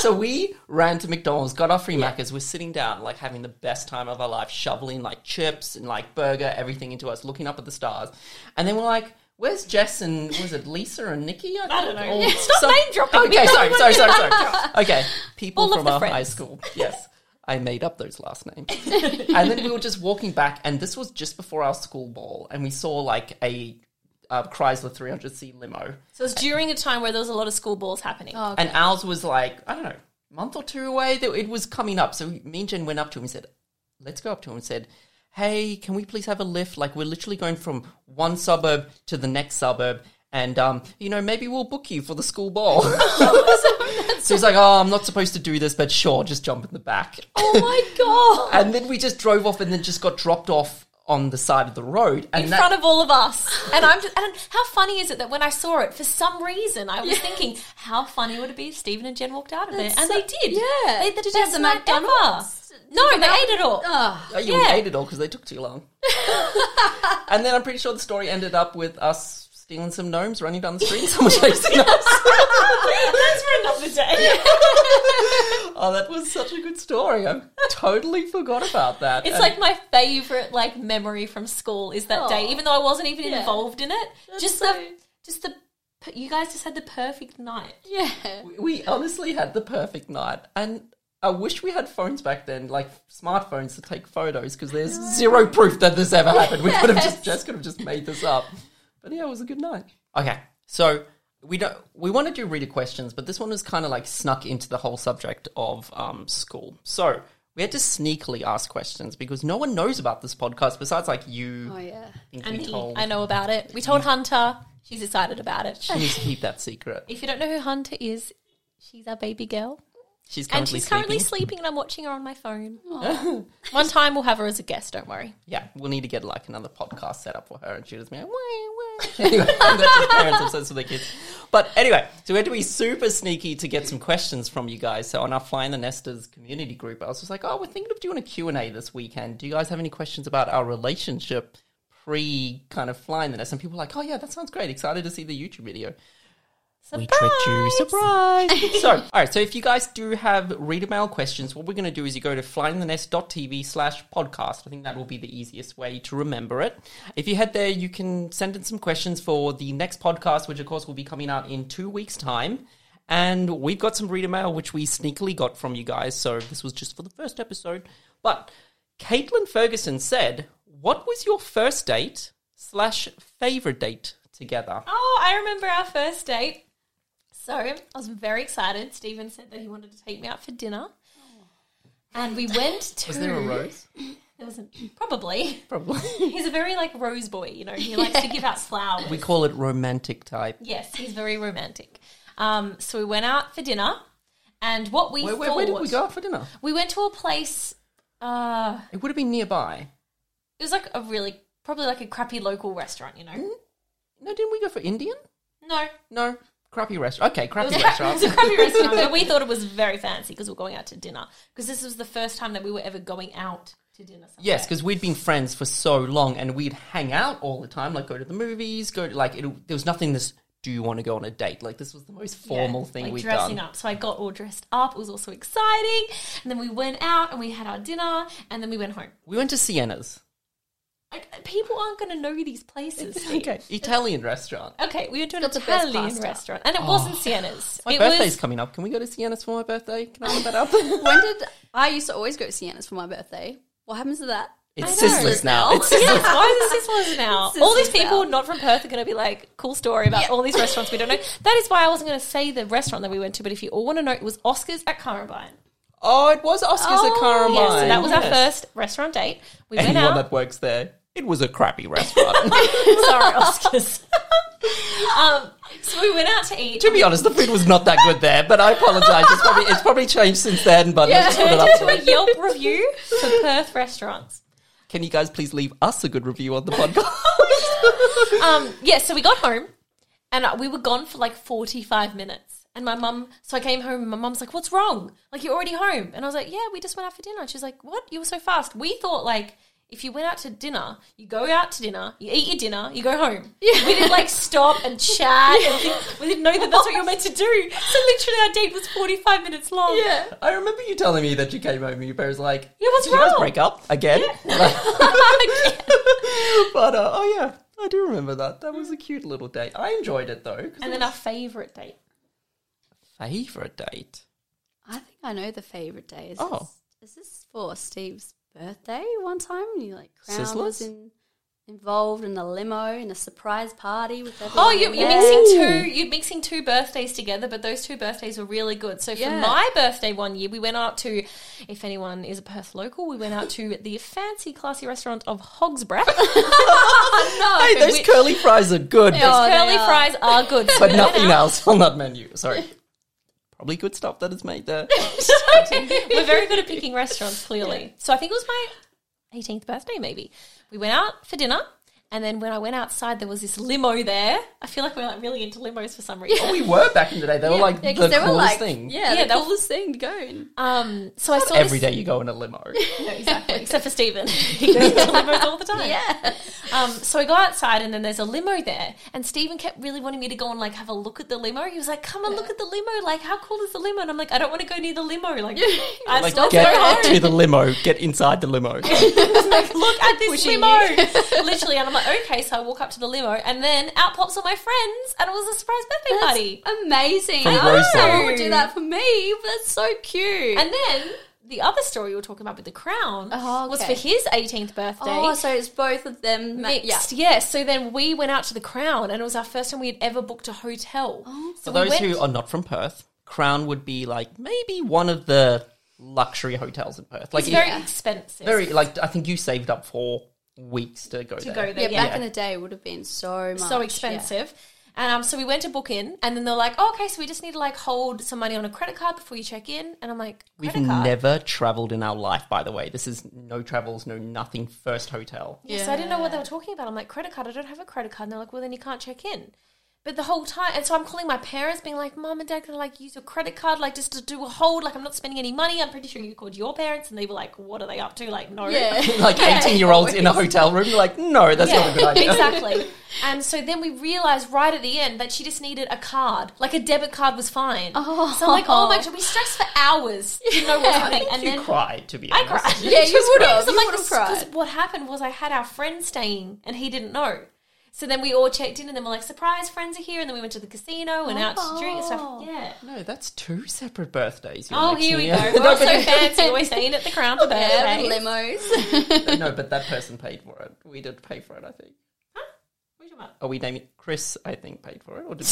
Speaker 1: So we ran to McDonald's, got our free macas. We're sitting down, like having the best time of our life, shoveling like chips and like burger, everything into us, looking up at the stars. And then we're like, "Where's Jess and was it Lisa and Nikki?
Speaker 2: I don't know.
Speaker 1: Or
Speaker 2: Stop
Speaker 1: some-
Speaker 2: name dropping. We
Speaker 1: Okay,
Speaker 2: don't
Speaker 1: sorry,
Speaker 2: remember.
Speaker 1: sorry, sorry, sorry. Okay, people
Speaker 2: All of
Speaker 1: from
Speaker 2: the
Speaker 1: our
Speaker 2: friends.
Speaker 1: high school. Yes, I made up those last names. and then we were just walking back, and this was just before our school ball, and we saw like a. Uh, Chrysler 300C limo.
Speaker 2: So it's during a time where there was a lot of school balls happening.
Speaker 1: And ours was like, I don't know, a month or two away. That It was coming up. So me and Jen went up to him and said, let's go up to him and said, hey, can we please have a lift? Like, we're literally going from one suburb to the next suburb. And, um, you know, maybe we'll book you for the school ball. so he's like, oh, I'm not supposed to do this, but sure, just jump in the back.
Speaker 3: Oh my god!
Speaker 1: And then we just drove off and then just got dropped off on the side of the road. And
Speaker 2: in
Speaker 1: that-
Speaker 2: front of all of us. And I'm just, and how funny is it that when I saw it, for some reason, I was thinking, how funny would it be if Stephen and Jen walked out of there?
Speaker 3: That's
Speaker 2: And
Speaker 3: so-
Speaker 2: they did.
Speaker 3: yeah.
Speaker 2: They, they did
Speaker 3: They
Speaker 2: have
Speaker 3: had
Speaker 2: the
Speaker 3: the
Speaker 2: McDonald's.
Speaker 3: McDonald's.
Speaker 2: No, they ate it all.
Speaker 3: Ugh.
Speaker 1: Oh, yeah,
Speaker 2: Yeah.
Speaker 1: we ate it all because they took too long. and then I'm pretty sure the story ended up with us stealing some gnomes, running down the street, and someone chasing us.
Speaker 2: That's for another day.
Speaker 1: Oh, that was such a good story. I totally forgot about that.
Speaker 3: Oh.
Speaker 2: It's
Speaker 1: And
Speaker 2: like my favorite like memory from school is that day,
Speaker 3: Aw.
Speaker 2: even though I wasn't even
Speaker 3: Oh. Yeah.
Speaker 2: involved in it. just the
Speaker 3: so-
Speaker 2: just the you guys just had the perfect night.
Speaker 3: Yeah.
Speaker 1: we honestly had the perfect night, and I wish we had phones back then, like smartphones, to take photos because there's zero proof that this ever happened. We could have just Jess could have just made this up. But yeah, it was a good night. Okay, so. We don't. We want to do reader questions, but this one was kind of like snuck into the whole subject of um, school. So we had to sneakily ask questions because no one knows about this podcast besides like you.
Speaker 3: Oh yeah.
Speaker 1: I think
Speaker 2: And
Speaker 1: we
Speaker 2: he-
Speaker 1: told.
Speaker 2: I know about it. We
Speaker 3: Mm.
Speaker 2: told Hunter. She's excited about it.
Speaker 1: You need to keep that secret.
Speaker 2: If you don't know who Hunter is, she's our baby girl.
Speaker 1: She's currently
Speaker 2: And she's
Speaker 1: sleeping.
Speaker 2: currently sleeping, and I'm watching her on my phone. One time we'll have her as a guest, don't worry.
Speaker 1: Yeah, we'll need to get like another podcast set up for her, and she just be like, wah, wah. anyway, that's what parents obsessed with their kids. But anyway, so we had to be super sneaky to get some questions from you guys. So on our Fly in the Nesters community group, I was just like, oh, we're thinking of doing a Q&A this weekend. Do you guys have any questions about our relationship pre kind of Fly in the Nest? And people were like, oh yeah, that sounds great. Excited to see the YouTube video. We tricked you. Surprise! so, all right. So, if you guys do have reader mail questions, what we're going to do is you go to flyingthenest.tv slash podcast. I think that will be the easiest way to remember it. If you head there, you can send in some questions for the next podcast, which, of course, will be coming out in two weeks' time. And we've got some reader mail, which we sneakily got from you guys. So, this was just for the first episode. But Caitlin Ferguson said, What was your first date slash favorite date together?
Speaker 2: Oh, I remember our first date. So I was very excited. Stephen said that he wanted to take me out for dinner. And we went to.
Speaker 1: Was there a rose?
Speaker 2: There was a- probably.
Speaker 1: Probably.
Speaker 2: He's a very like rose boy, you know. He likes to give out flowers.
Speaker 1: We call it romantic type.
Speaker 2: yes, he's very romantic. Um, so we went out for dinner, and what we
Speaker 1: Where, where,
Speaker 2: thought
Speaker 1: where did we go out for dinner?
Speaker 2: We went to a place. Uh,
Speaker 1: It would have been nearby.
Speaker 2: it was like a really probably like a crappy local restaurant, you know.
Speaker 1: No, didn't we go for Indian?
Speaker 2: No,
Speaker 1: No, crappy restaurant. Okay,
Speaker 2: It was,
Speaker 1: crappy
Speaker 2: a crap, it was
Speaker 1: restaurant.
Speaker 2: a crappy restaurant, but we thought it was very fancy because we were going out to dinner. Because this was the first time that we were ever going out to dinner. Somewhere.
Speaker 1: Yes, because we'd been friends for so long, and we'd hang out all the time, like go to the movies, go to, like it, there was nothing this. Do you want to go on a date? Like this was the most
Speaker 2: Yeah,
Speaker 1: formal thing
Speaker 2: like
Speaker 1: we'd
Speaker 2: dressing
Speaker 1: done.
Speaker 2: up. So I got all dressed up. It was also exciting. And then we went out and we had our dinner, and then we went home.
Speaker 1: We went to Sienna's,
Speaker 2: Like, people aren't going to know these places. Steve.
Speaker 1: okay, Italian restaurant.
Speaker 2: Okay, we went to an
Speaker 3: Got the best
Speaker 2: Italian
Speaker 3: pasta.
Speaker 2: restaurant, and it wasn't Sienna's.
Speaker 1: Oh. My
Speaker 2: it
Speaker 1: birthday's
Speaker 2: was
Speaker 1: coming up. Can we go to Sienna's for my birthday? Can I hold that up?
Speaker 3: When did I used to always go to Sienna's for my birthday? What happens to that?
Speaker 1: It's
Speaker 2: know. Oh.
Speaker 1: Sizzlers now.
Speaker 3: Now.
Speaker 1: It's Sizzlers.
Speaker 2: Yeah, why is the Sizzlers now? all these
Speaker 3: Sizzlers
Speaker 2: people
Speaker 3: now.
Speaker 2: not from Perth are going to be like, cool story about all these restaurants we don't know. That is why I wasn't going to say the restaurant that we went to, but if you all want to know, it was Oscars at Currumbine.
Speaker 1: Oh, it was Oscars at Caramine.
Speaker 2: Oh, Yes, so that was our
Speaker 1: Oh, Yes.
Speaker 2: first restaurant date. We went
Speaker 1: Anyone
Speaker 2: out.
Speaker 1: that works there, it was a crappy restaurant.
Speaker 2: Sorry, Oscars. um, so we went out to eat.
Speaker 1: to be honest, the food was not that good there, but I apologise. It's probably, it's probably changed since then, but let's put it
Speaker 2: Turned
Speaker 1: up
Speaker 2: into
Speaker 1: there.
Speaker 2: a Yelp review for Perth restaurants.
Speaker 1: Can you guys please leave us a good review on the podcast?
Speaker 2: Um, yeah, so we got home and uh, we were gone for like 45 minutes. And my mum, so I came home and my mum's like, What's wrong? Like, you're already home. And I was like, Yeah, we just went out for dinner. And She's like, What? You were so fast. We thought, like, if you went out to dinner, you go out to dinner, you eat your dinner, you go home. We didn't like stop and chat. And think, we didn't know that that's what you're meant to do. So literally, our date was 45 minutes long.
Speaker 3: Yeah.
Speaker 1: I remember you telling me that you came home and your parents were like,
Speaker 2: Yeah, what's
Speaker 1: Did you guys
Speaker 2: wrong?"
Speaker 1: break up again?
Speaker 2: Yeah.
Speaker 1: but uh, oh yeah, I do remember that. That was a cute little date. I enjoyed it though. 'cause
Speaker 2: And then our favorite date.
Speaker 1: favorite date.
Speaker 3: I think I know the favorite day. Is
Speaker 1: Oh.
Speaker 3: this, is this for Steve's birthday one time? And you like Crown was
Speaker 1: Sizzlers?
Speaker 3: in, involved in a limo in a surprise party with everyone.
Speaker 2: Oh, you, you're
Speaker 3: there.
Speaker 2: mixing two. You're mixing two birthdays together, but those two birthdays were really good. So for
Speaker 3: Yeah.
Speaker 2: my birthday one year, we went out to, if anyone is a Perth local, we went out to the fancy, classy restaurant of Hogs Breath.
Speaker 3: Oh, No,
Speaker 1: Hey, those curly fries are good,
Speaker 3: Yeah. Oh, they
Speaker 2: Curly
Speaker 3: are.
Speaker 2: fries are good, so
Speaker 1: but
Speaker 2: we went
Speaker 1: nothing
Speaker 2: out.
Speaker 1: else on that menu. Sorry. Probably good stuff that is made there.
Speaker 2: We're very good at picking restaurants, clearly. So I think it was my 18th birthday, maybe. We went out for dinner. And then when I went outside, there was this limo there. I feel like we're like really into limos for some reason.
Speaker 1: we were back in the day. They were like
Speaker 3: Yeah, 'cause
Speaker 1: the
Speaker 3: they
Speaker 1: coolest
Speaker 3: were like,
Speaker 1: thing.
Speaker 3: yeah,
Speaker 2: Yeah,
Speaker 3: the
Speaker 2: that-
Speaker 3: coolest thing to go in.
Speaker 2: Um, so I saw this-
Speaker 1: Every day you go in a limo.
Speaker 2: No, exactly. Except for Stephen, he goes to limos all the time.
Speaker 3: Yeah,
Speaker 2: Um, so I go outside, and then there's a limo there, and Stephen kept really wanting me to go and like have a look at the limo. He was like, "Come and look at the limo! Like, how cool is the limo?" And I'm like, "I don't want to go near the limo. Like, I
Speaker 1: Like,
Speaker 2: still go
Speaker 1: get
Speaker 2: home.
Speaker 1: to the limo. Get inside the limo.
Speaker 2: Like, look at this
Speaker 3: Pushing
Speaker 2: limo, literally." And I'm like, "Okay." So I walk up to the limo, and then out pops all my friends, and it was a surprise birthday party.
Speaker 3: That's amazing.
Speaker 1: From
Speaker 3: I wish
Speaker 1: Roseau.
Speaker 3: someone would do that for me. But that's so cute.
Speaker 2: And then the other story we were talking about with the crown
Speaker 3: Oh,
Speaker 2: was for
Speaker 3: okay.
Speaker 2: his 18th birthday.
Speaker 3: oh, so it's both of them ma- Yeah.
Speaker 2: mixed. Yeah. So then we went out to the Crown, and it was our first time we had ever booked a hotel.
Speaker 3: Oh,
Speaker 1: For
Speaker 2: So we
Speaker 1: those
Speaker 2: went-
Speaker 1: who are not from Perth, Crown would be like maybe one of the luxury hotels in Perth. Like
Speaker 2: it's
Speaker 1: if-
Speaker 2: very expensive
Speaker 1: very like I think you saved up for weeks to go
Speaker 2: to
Speaker 1: there.
Speaker 2: go
Speaker 3: Yeah,
Speaker 2: there.
Speaker 3: back
Speaker 2: Yeah,
Speaker 3: in the day, it would have been so much.
Speaker 2: so expensive. And um, so we went to book in, and then they're like, oh, "Okay, so we just need to like hold some money on a credit card before you check in." And I'm like,
Speaker 1: We've
Speaker 2: "Credit card?"
Speaker 1: never traveled in our life, by the way. This is no travels, no nothing. First hotel.
Speaker 2: Yeah. So I didn't know what they were talking about. I'm like, credit card? I don't have a credit card. And they're like, well, then you can't check in. But the whole time, and so I'm calling my parents, being like, mom and dad, can I like use your credit card, like just to do a hold? Like I'm not spending any money. I'm pretty sure you called your parents, and they were like, what are they up to? Like, no.
Speaker 3: Yeah.
Speaker 1: Like eighteen year olds in a hotel room. You're like, no, that's not a good idea.
Speaker 2: exactly. And so then we realized right at the end that she just needed a card, like a debit card was fine.
Speaker 3: Oh.
Speaker 2: So I'm like, oh my god, we stressed for hours, didn't know what was happening, and
Speaker 1: you
Speaker 2: then
Speaker 1: cried, to be
Speaker 2: I
Speaker 1: honest.
Speaker 2: cried.
Speaker 3: Yeah, you
Speaker 2: Just
Speaker 3: would've.
Speaker 2: because I'm
Speaker 3: You
Speaker 2: like,
Speaker 3: would've
Speaker 2: this- 'cause
Speaker 3: cried.
Speaker 2: What happened was I had our friend staying, and he didn't know. So then we all checked in, and then we're like, surprise, friends are here, and then we went to the casino and out to drink and stuff.
Speaker 3: Oh.
Speaker 2: Yeah.
Speaker 1: No, that's two separate birthdays. you're
Speaker 2: Oh,
Speaker 1: mixing
Speaker 2: here we
Speaker 1: here.
Speaker 2: go. We're all so fancy. Always staying at the Crown for
Speaker 3: Yeah,
Speaker 2: birthday.
Speaker 3: with limos.
Speaker 1: no, but that person paid for it. We did pay for it, I think. Are we naming Chris? I think paid for it, or did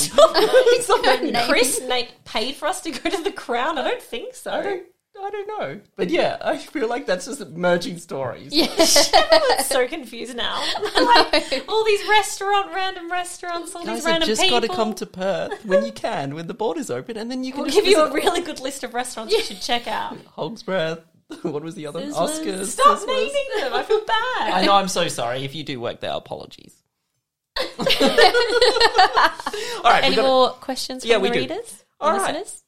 Speaker 1: we?
Speaker 2: Chris Nate paid for us to go to the Crown. I don't think so.
Speaker 1: I don't, I don't know. But yeah, I feel like that's just merging stories.
Speaker 2: I'm so confused now. like, all these restaurant, random restaurants, all
Speaker 1: Guys,
Speaker 2: these
Speaker 1: I've
Speaker 2: random
Speaker 1: just
Speaker 2: people.
Speaker 1: got to come to Perth when you can, when the border's open, and then you can
Speaker 2: We'll
Speaker 1: just
Speaker 2: give you
Speaker 1: visit
Speaker 2: a really good list of restaurants you should check out.
Speaker 1: Hog's Breath. What was the other?
Speaker 3: Sizzlers.
Speaker 1: Oscars.
Speaker 2: Stop
Speaker 1: Sizzlers.
Speaker 2: naming them. I feel bad.
Speaker 1: I know. I'm so sorry. If you do work there, apologies. All right.
Speaker 2: Any
Speaker 1: we got
Speaker 2: more questions from
Speaker 1: Yeah, we
Speaker 2: the
Speaker 1: do.
Speaker 2: readers?
Speaker 1: All
Speaker 2: All
Speaker 1: right.
Speaker 2: listeners?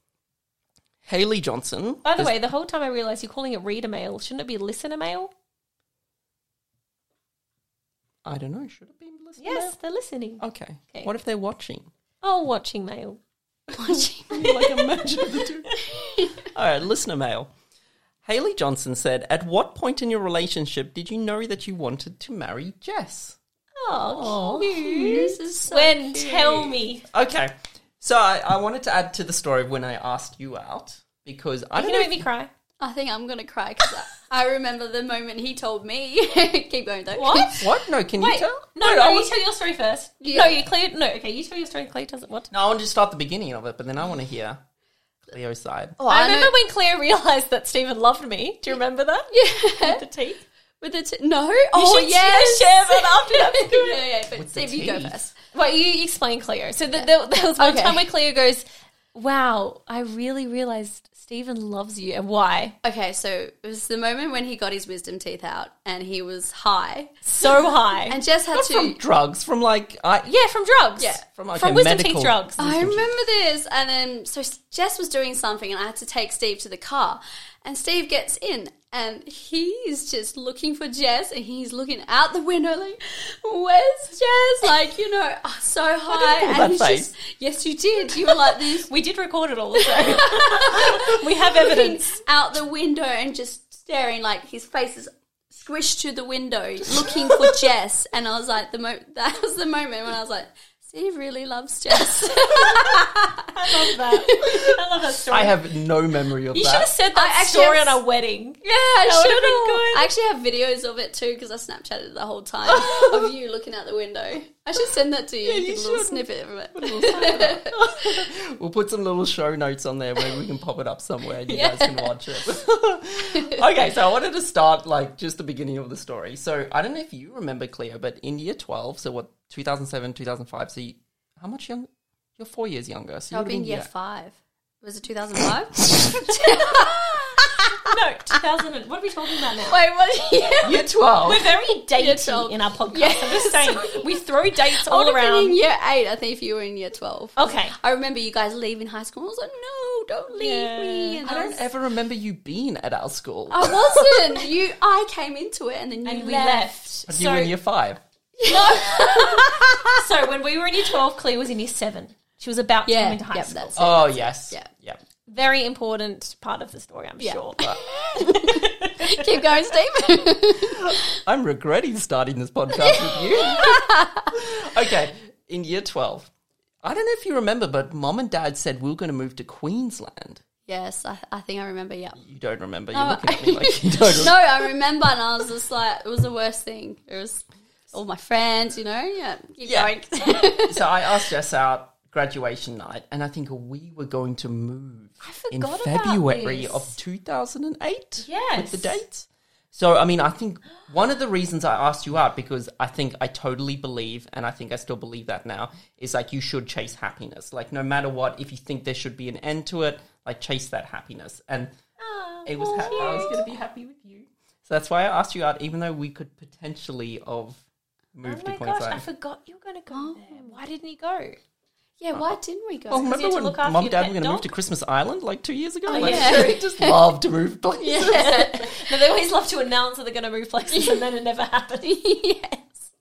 Speaker 1: Haley Johnson.
Speaker 2: By the
Speaker 1: There's-
Speaker 2: way, the whole time I realised you're calling it reader mail. Shouldn't it be listener mail?
Speaker 1: I don't know. Should it be listening?
Speaker 2: Yes, they're listening.
Speaker 1: Okay.
Speaker 2: Okay.
Speaker 1: What if they're watching?
Speaker 2: Oh, watching mail.
Speaker 1: like a merge of the two. All right, listener mail. Haley Johnson said, "At what point in your relationship did you know that you wanted to marry Jess?"
Speaker 2: Oh,
Speaker 3: this is so
Speaker 2: when
Speaker 3: cute.
Speaker 2: tell me.
Speaker 1: Okay, so I, I wanted to add to the story of when I asked you out because I
Speaker 2: You
Speaker 1: don't know.
Speaker 2: gonna
Speaker 1: if-
Speaker 2: make me cry.
Speaker 3: I think I'm gonna cry because I, I remember the moment he told me. Keep going though.
Speaker 2: What?
Speaker 1: What? No, can you
Speaker 2: Wait,
Speaker 1: tell?
Speaker 2: no,
Speaker 1: Wait,
Speaker 2: no,
Speaker 1: I
Speaker 2: you
Speaker 1: was-
Speaker 2: tell your story first.
Speaker 3: Yeah.
Speaker 2: No, you Cleo. No, okay, you tell your story. Cleo doesn't. What?
Speaker 1: No, I want to start the beginning of it, but then I want to hear Cleo's side.
Speaker 3: Oh,
Speaker 2: I,
Speaker 3: know-
Speaker 2: remember when Cleo realized that Stephen loved me. Do you remember that?
Speaker 3: Yeah.
Speaker 2: With the teeth.
Speaker 3: With the t- no.
Speaker 2: should
Speaker 3: oh
Speaker 2: see the
Speaker 3: yes.
Speaker 2: share that after that.
Speaker 3: yeah, yeah. But
Speaker 1: With the
Speaker 3: Steve, you go
Speaker 1: teeth.
Speaker 3: first.
Speaker 2: Well, you explain Cleo. So the, there, there was one
Speaker 3: Okay.
Speaker 2: time where Cleo goes, "Wow, I really realized Stephen loves you, and why?
Speaker 3: Okay, so it was the moment when he got his wisdom teeth out and he was high,
Speaker 2: So high."
Speaker 3: and Jess had
Speaker 1: Not
Speaker 3: to.
Speaker 1: from drugs, from like I
Speaker 2: yeah, from drugs.
Speaker 3: Yeah.
Speaker 1: from like
Speaker 2: from
Speaker 1: a
Speaker 2: wisdom
Speaker 1: medical-
Speaker 2: teeth drugs.
Speaker 3: I remember this, and then so Jess was doing something, and I had to take Steve to the car, and Steve gets in, and he is just looking for Jess, and he's looking out the window like, "Where's Jess?" Like you know, oh, so high,
Speaker 1: pull
Speaker 3: and
Speaker 1: that
Speaker 3: he's
Speaker 1: face.
Speaker 3: just, yes, you did. You were like this,
Speaker 2: we did record it all. So we have
Speaker 3: looking
Speaker 2: evidence.
Speaker 3: out the window, and just staring like his face is. Squished to the window, looking for Jess, and I was like, the mo- that was the moment when I was like, Steve really loves Jess.
Speaker 2: I love that. I love that story.
Speaker 1: I have no memory of
Speaker 2: you should have
Speaker 1: that.
Speaker 2: said that
Speaker 3: I actually
Speaker 2: story
Speaker 3: have
Speaker 2: on
Speaker 3: s-
Speaker 2: our wedding.
Speaker 3: Yeah, I
Speaker 2: would've
Speaker 3: should have.
Speaker 2: been good.
Speaker 3: I actually have videos of it too because I Snapchatted the whole time of you looking out the window. I should send that to you. you
Speaker 1: you
Speaker 3: get a little
Speaker 1: should.
Speaker 3: snippet of it.
Speaker 1: We'll put some little show notes on there. Maybe we can pop it up somewhere and you guys can watch it. okay, so I wanted to start like just the beginning of the story. So I don't know if you remember Cleo, but in year twelve, so what, two thousand seven, two thousand five. So you, how much young? You're four years younger. So
Speaker 3: I've
Speaker 1: you've
Speaker 3: been year five. Was it 2005?
Speaker 2: No, 2000. and- What are we talking about now?
Speaker 3: Wait, what? Yeah.
Speaker 1: Year twelve.
Speaker 2: We're very
Speaker 3: so-
Speaker 2: datey in our podcast.
Speaker 3: Yeah,
Speaker 2: I'm just saying, we throw dates
Speaker 3: I
Speaker 2: all
Speaker 3: would have been in
Speaker 2: around. Oh,
Speaker 3: year eight. I think if you were in year twelve.
Speaker 2: Okay.
Speaker 3: I remember you guys leaving high school. I was like, no, don't leave
Speaker 2: Yeah.
Speaker 3: me. And
Speaker 1: I
Speaker 3: I,
Speaker 1: don't
Speaker 3: was-
Speaker 1: ever remember you being at our school.
Speaker 3: Oh, I wasn't. You, I came into it, and then you
Speaker 2: And we
Speaker 3: left.
Speaker 2: left.
Speaker 1: you were in year
Speaker 2: So,
Speaker 1: five.
Speaker 2: so when we were in year 12, Claire was in year 7. She was about to
Speaker 3: Yeah,
Speaker 2: come into high
Speaker 3: yep,
Speaker 2: school.
Speaker 3: that's it.
Speaker 1: Oh yes.
Speaker 3: Yeah.
Speaker 1: Yeah.
Speaker 2: Very important part of the story, I'm sure. But
Speaker 3: Keep going, Steve.
Speaker 1: I'm regretting starting this podcast with you. okay, in year 12. I don't know if you remember, but mom and dad said we were going to move to Queensland.
Speaker 3: yes, I, I think I remember. Yeah.
Speaker 1: You don't remember. You're looking at me like you don't
Speaker 3: no,
Speaker 1: remember.
Speaker 3: I remember, and I was just like, it was the worst thing. It was all my friends, you know. Yeah, keep
Speaker 1: Yeah.
Speaker 3: going.
Speaker 1: So I asked Jess out graduation night, and I think we were going to move in
Speaker 2: forgot about
Speaker 1: February
Speaker 2: this.
Speaker 1: of 2008.
Speaker 2: Yes.
Speaker 1: With the date. So, I mean, I think one of the reasons I asked you out, because I think I totally believe, and I think I still believe that now, is like you should chase happiness. Like, no matter what, if you think there should be an end to it, like chase that happiness. And
Speaker 2: Ah,
Speaker 1: it was ha- I was going to be happy with you. So that's why I asked you out, even though we could potentially of move
Speaker 2: oh
Speaker 1: to
Speaker 2: my gosh, I
Speaker 1: Queensland.
Speaker 2: forgot you were going to go there. Why didn't you go?
Speaker 3: yeah, why didn't we go?
Speaker 1: Oh,
Speaker 2: you had
Speaker 1: remember
Speaker 2: to
Speaker 1: when
Speaker 2: look after
Speaker 1: mom
Speaker 2: your
Speaker 1: and dad
Speaker 2: pet
Speaker 1: were going to move
Speaker 2: dog?
Speaker 1: to
Speaker 2: Oh,
Speaker 1: Christmas Island like two years ago? like,
Speaker 2: yeah.
Speaker 1: they just love to move places.
Speaker 2: No, they always love to announce that they're going to move places and then it never happens.
Speaker 3: yes.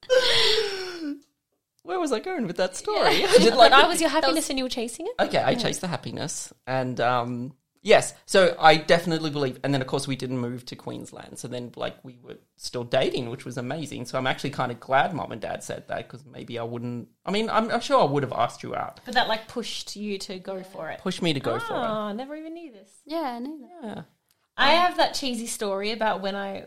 Speaker 1: Where was I going with that story?
Speaker 3: Yeah.
Speaker 1: I did
Speaker 2: But
Speaker 1: like
Speaker 2: I was your happiness and you were chasing it?
Speaker 1: okay, I chased the happiness, and um, yes, so I definitely believe. And then, of course, we didn't move to Queensland, so then like we were still dating, which was amazing. So I'm actually kind of glad mom and dad said that because maybe I wouldn't. I mean, I'm, I'm sure I would have asked you out,
Speaker 2: But that like pushed you to go for it.
Speaker 1: push me to go for
Speaker 2: Oh, never even knew this.
Speaker 3: Yeah, neither.
Speaker 1: it. Yeah.
Speaker 2: I have that cheesy story about when I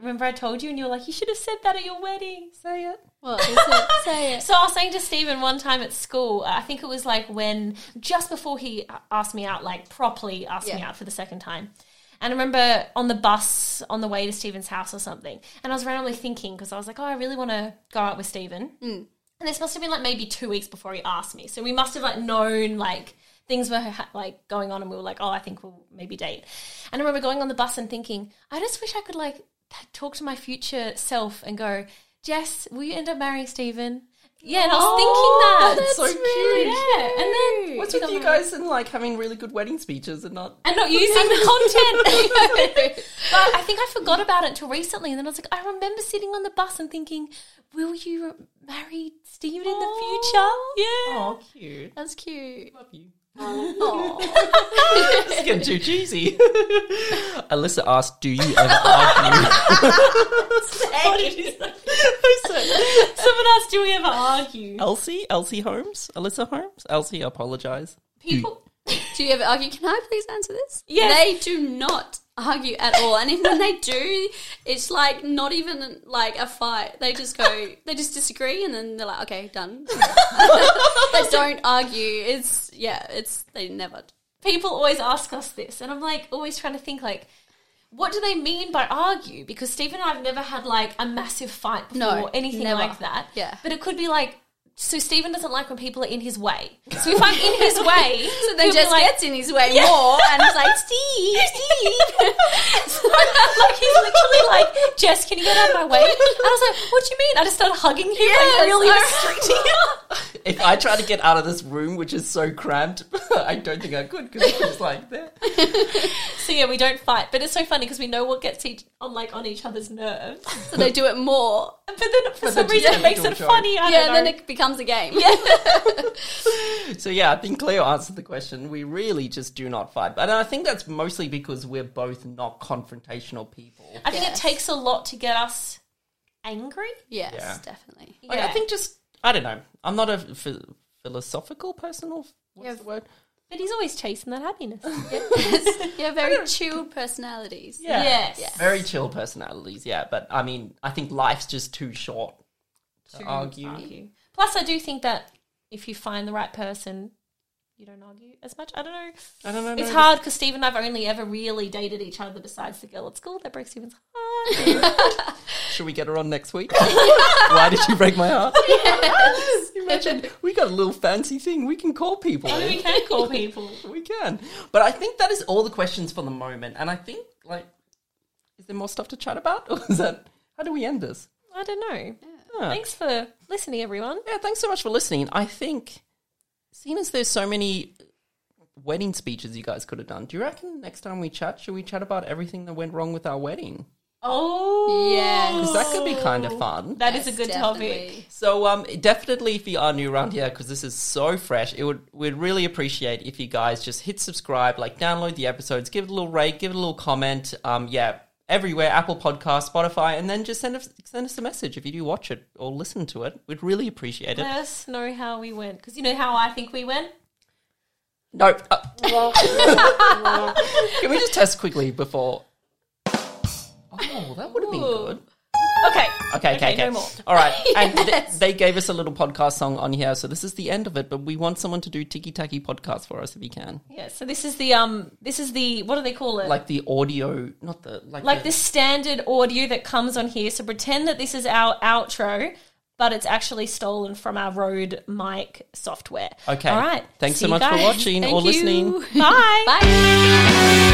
Speaker 2: remember I told you and you were like, you should have said that at your wedding. Say it.
Speaker 3: What is it? Say it.
Speaker 2: So I was saying to Stephen one time at school, I think it was like when just before he asked me out, like properly asked me
Speaker 3: Yeah.
Speaker 2: out for the second time. And I remember on the bus on the way to Stephen's house or something, and I was randomly thinking because I was like, oh, I really want to go out with Stephen. And this must have been like maybe two weeks before he asked me, so we must have like known like things were ha- like going on, and we were like, oh, I think we'll maybe date. And I remember going on the bus and thinking, I just wish I could like t- talk to my future self and go, Jess, will you end up marrying Stephen? Yeah, and I was thinking that.
Speaker 1: Oh, that's so cute.
Speaker 2: Yeah, and then
Speaker 1: What's with you guys and like having really good wedding speeches and not?
Speaker 2: and not using the content. but I think I forgot about it until recently, and then I was like, I remember sitting on the bus and thinking, "Will you marry Stephen in the future?" Yeah.
Speaker 1: Oh, cute.
Speaker 3: That's cute.
Speaker 1: Love you.
Speaker 3: Oh,
Speaker 1: It's getting too cheesy. Alyssa asked, "Do you ever argue?"
Speaker 2: What did you say? Someone asked, "Do we ever argue?"
Speaker 1: Elsie, Elsie Holmes, Alyssa Holmes, Elsie, apologize.
Speaker 2: People.
Speaker 3: do you ever argue? Can I please answer this?
Speaker 2: Yes.
Speaker 3: They do not argue at all. And even when they do, it's like not even like a fight. They just go, they just disagree, and then they're like, okay, done. they don't argue. It's yeah, it's they never.
Speaker 2: people always ask us this, and I'm like always trying to think like, what do they mean by argue? Because Stephen and I've never had like a massive fight before,
Speaker 3: No,
Speaker 2: or anything
Speaker 3: never.
Speaker 2: like that.
Speaker 3: Yeah.
Speaker 2: but it could be like. So Stephen doesn't like when people are in his way. So if I'm in his way,
Speaker 3: So then
Speaker 2: he'll be
Speaker 3: just
Speaker 2: like,
Speaker 3: gets in his way more, and it's like, Steve, Steve.
Speaker 2: So, like he's literally like, Jess, can you get out of my way? And I was like, what do you mean? I just started hugging him,
Speaker 3: Yes,
Speaker 2: like really
Speaker 3: I
Speaker 2: restricting him.
Speaker 1: If I try to get out of this room, which is so cramped, I don't think I could because it's just like there.
Speaker 2: So yeah, we don't fight, but it's so funny because we know what gets each on like on each other's nerves.
Speaker 3: So they do it more.
Speaker 2: But then for some
Speaker 1: then just
Speaker 2: reason it
Speaker 1: a
Speaker 2: makes
Speaker 1: little
Speaker 2: it
Speaker 1: joke.
Speaker 2: funny. I
Speaker 3: yeah,
Speaker 2: don't know.
Speaker 3: then it becomes a game.
Speaker 2: Yeah.
Speaker 1: So yeah, I think Cleo answered the question. We really just do not fight, but I think that's mostly because we're both not confrontational people.
Speaker 2: I think
Speaker 3: Yes.
Speaker 2: it takes a lot to get us angry.
Speaker 3: Yes,
Speaker 1: Yeah.
Speaker 3: definitely.
Speaker 1: Like, I think just I don't know. I'm not a ph- philosophical person. Or what's
Speaker 3: Yeah.
Speaker 1: the word?
Speaker 2: but he's always chasing that happiness.
Speaker 3: Yeah, very chill personalities.
Speaker 2: Yes.
Speaker 1: Very chill personalities, yeah. But I mean, I think life's just too short to, argue.
Speaker 2: Argue. Plus, I do think that if you find the right person, you don't argue as much. I don't know.
Speaker 1: I don't know.
Speaker 2: It's
Speaker 1: no,
Speaker 2: hard because Steve and I've only ever really dated each other besides the girl at school that broke Stephen's heart.
Speaker 1: Should we get her on next week? Why did you break my heart? Imagine we got a little fancy thing. We can call people.
Speaker 2: I mean, we can call people.
Speaker 1: We can. But I think that is all the questions for the moment. And I think, like, is there more stuff to chat about? Or is that, how do we end this?
Speaker 2: I don't know.
Speaker 1: Yeah.
Speaker 2: Thanks for listening, everyone.
Speaker 1: Yeah, thanks so much for listening. I think, seeing as there's so many wedding speeches you guys could have done, do you reckon next time we chat, should we chat about everything that went wrong with our wedding?
Speaker 2: Oh,
Speaker 3: Yes.
Speaker 1: 'Cause that could be kind of fun.
Speaker 2: That is a good topic.
Speaker 3: Definitely.
Speaker 1: So um, definitely, if you are new around here, because this is so fresh, it would we'd really appreciate if you guys just hit subscribe, like download the episodes, give it a little rate, give it a little comment. Um, yeah, everywhere, Apple Podcast, Spotify, and then just send us send us a message if you do watch it or listen to it. We'd really appreciate it.
Speaker 2: Let us know how we went because you know how I think we went.
Speaker 1: Nope. Uh, can we just test quickly before? Oh, that would have been
Speaker 2: Ooh.
Speaker 1: good.
Speaker 2: Okay.
Speaker 1: Okay, okay, okay.
Speaker 2: No more.
Speaker 1: All right. And th- they gave us a little podcast song on here, so this is the end of it, but we want someone to do Tiki Taki podcast for us if you can.
Speaker 2: Yeah, so this is the um this is the what do they call it?
Speaker 1: Like the audio, not the like,
Speaker 2: like
Speaker 1: the,
Speaker 2: the standard audio that comes on here. So pretend that this is our outro, but it's actually stolen from our Rode mic software.
Speaker 1: Okay.
Speaker 2: All right.
Speaker 1: Thanks so
Speaker 2: See you
Speaker 1: much for
Speaker 2: guys.
Speaker 1: watching or
Speaker 2: Thank you.
Speaker 1: listening.
Speaker 2: Bye.
Speaker 3: Bye.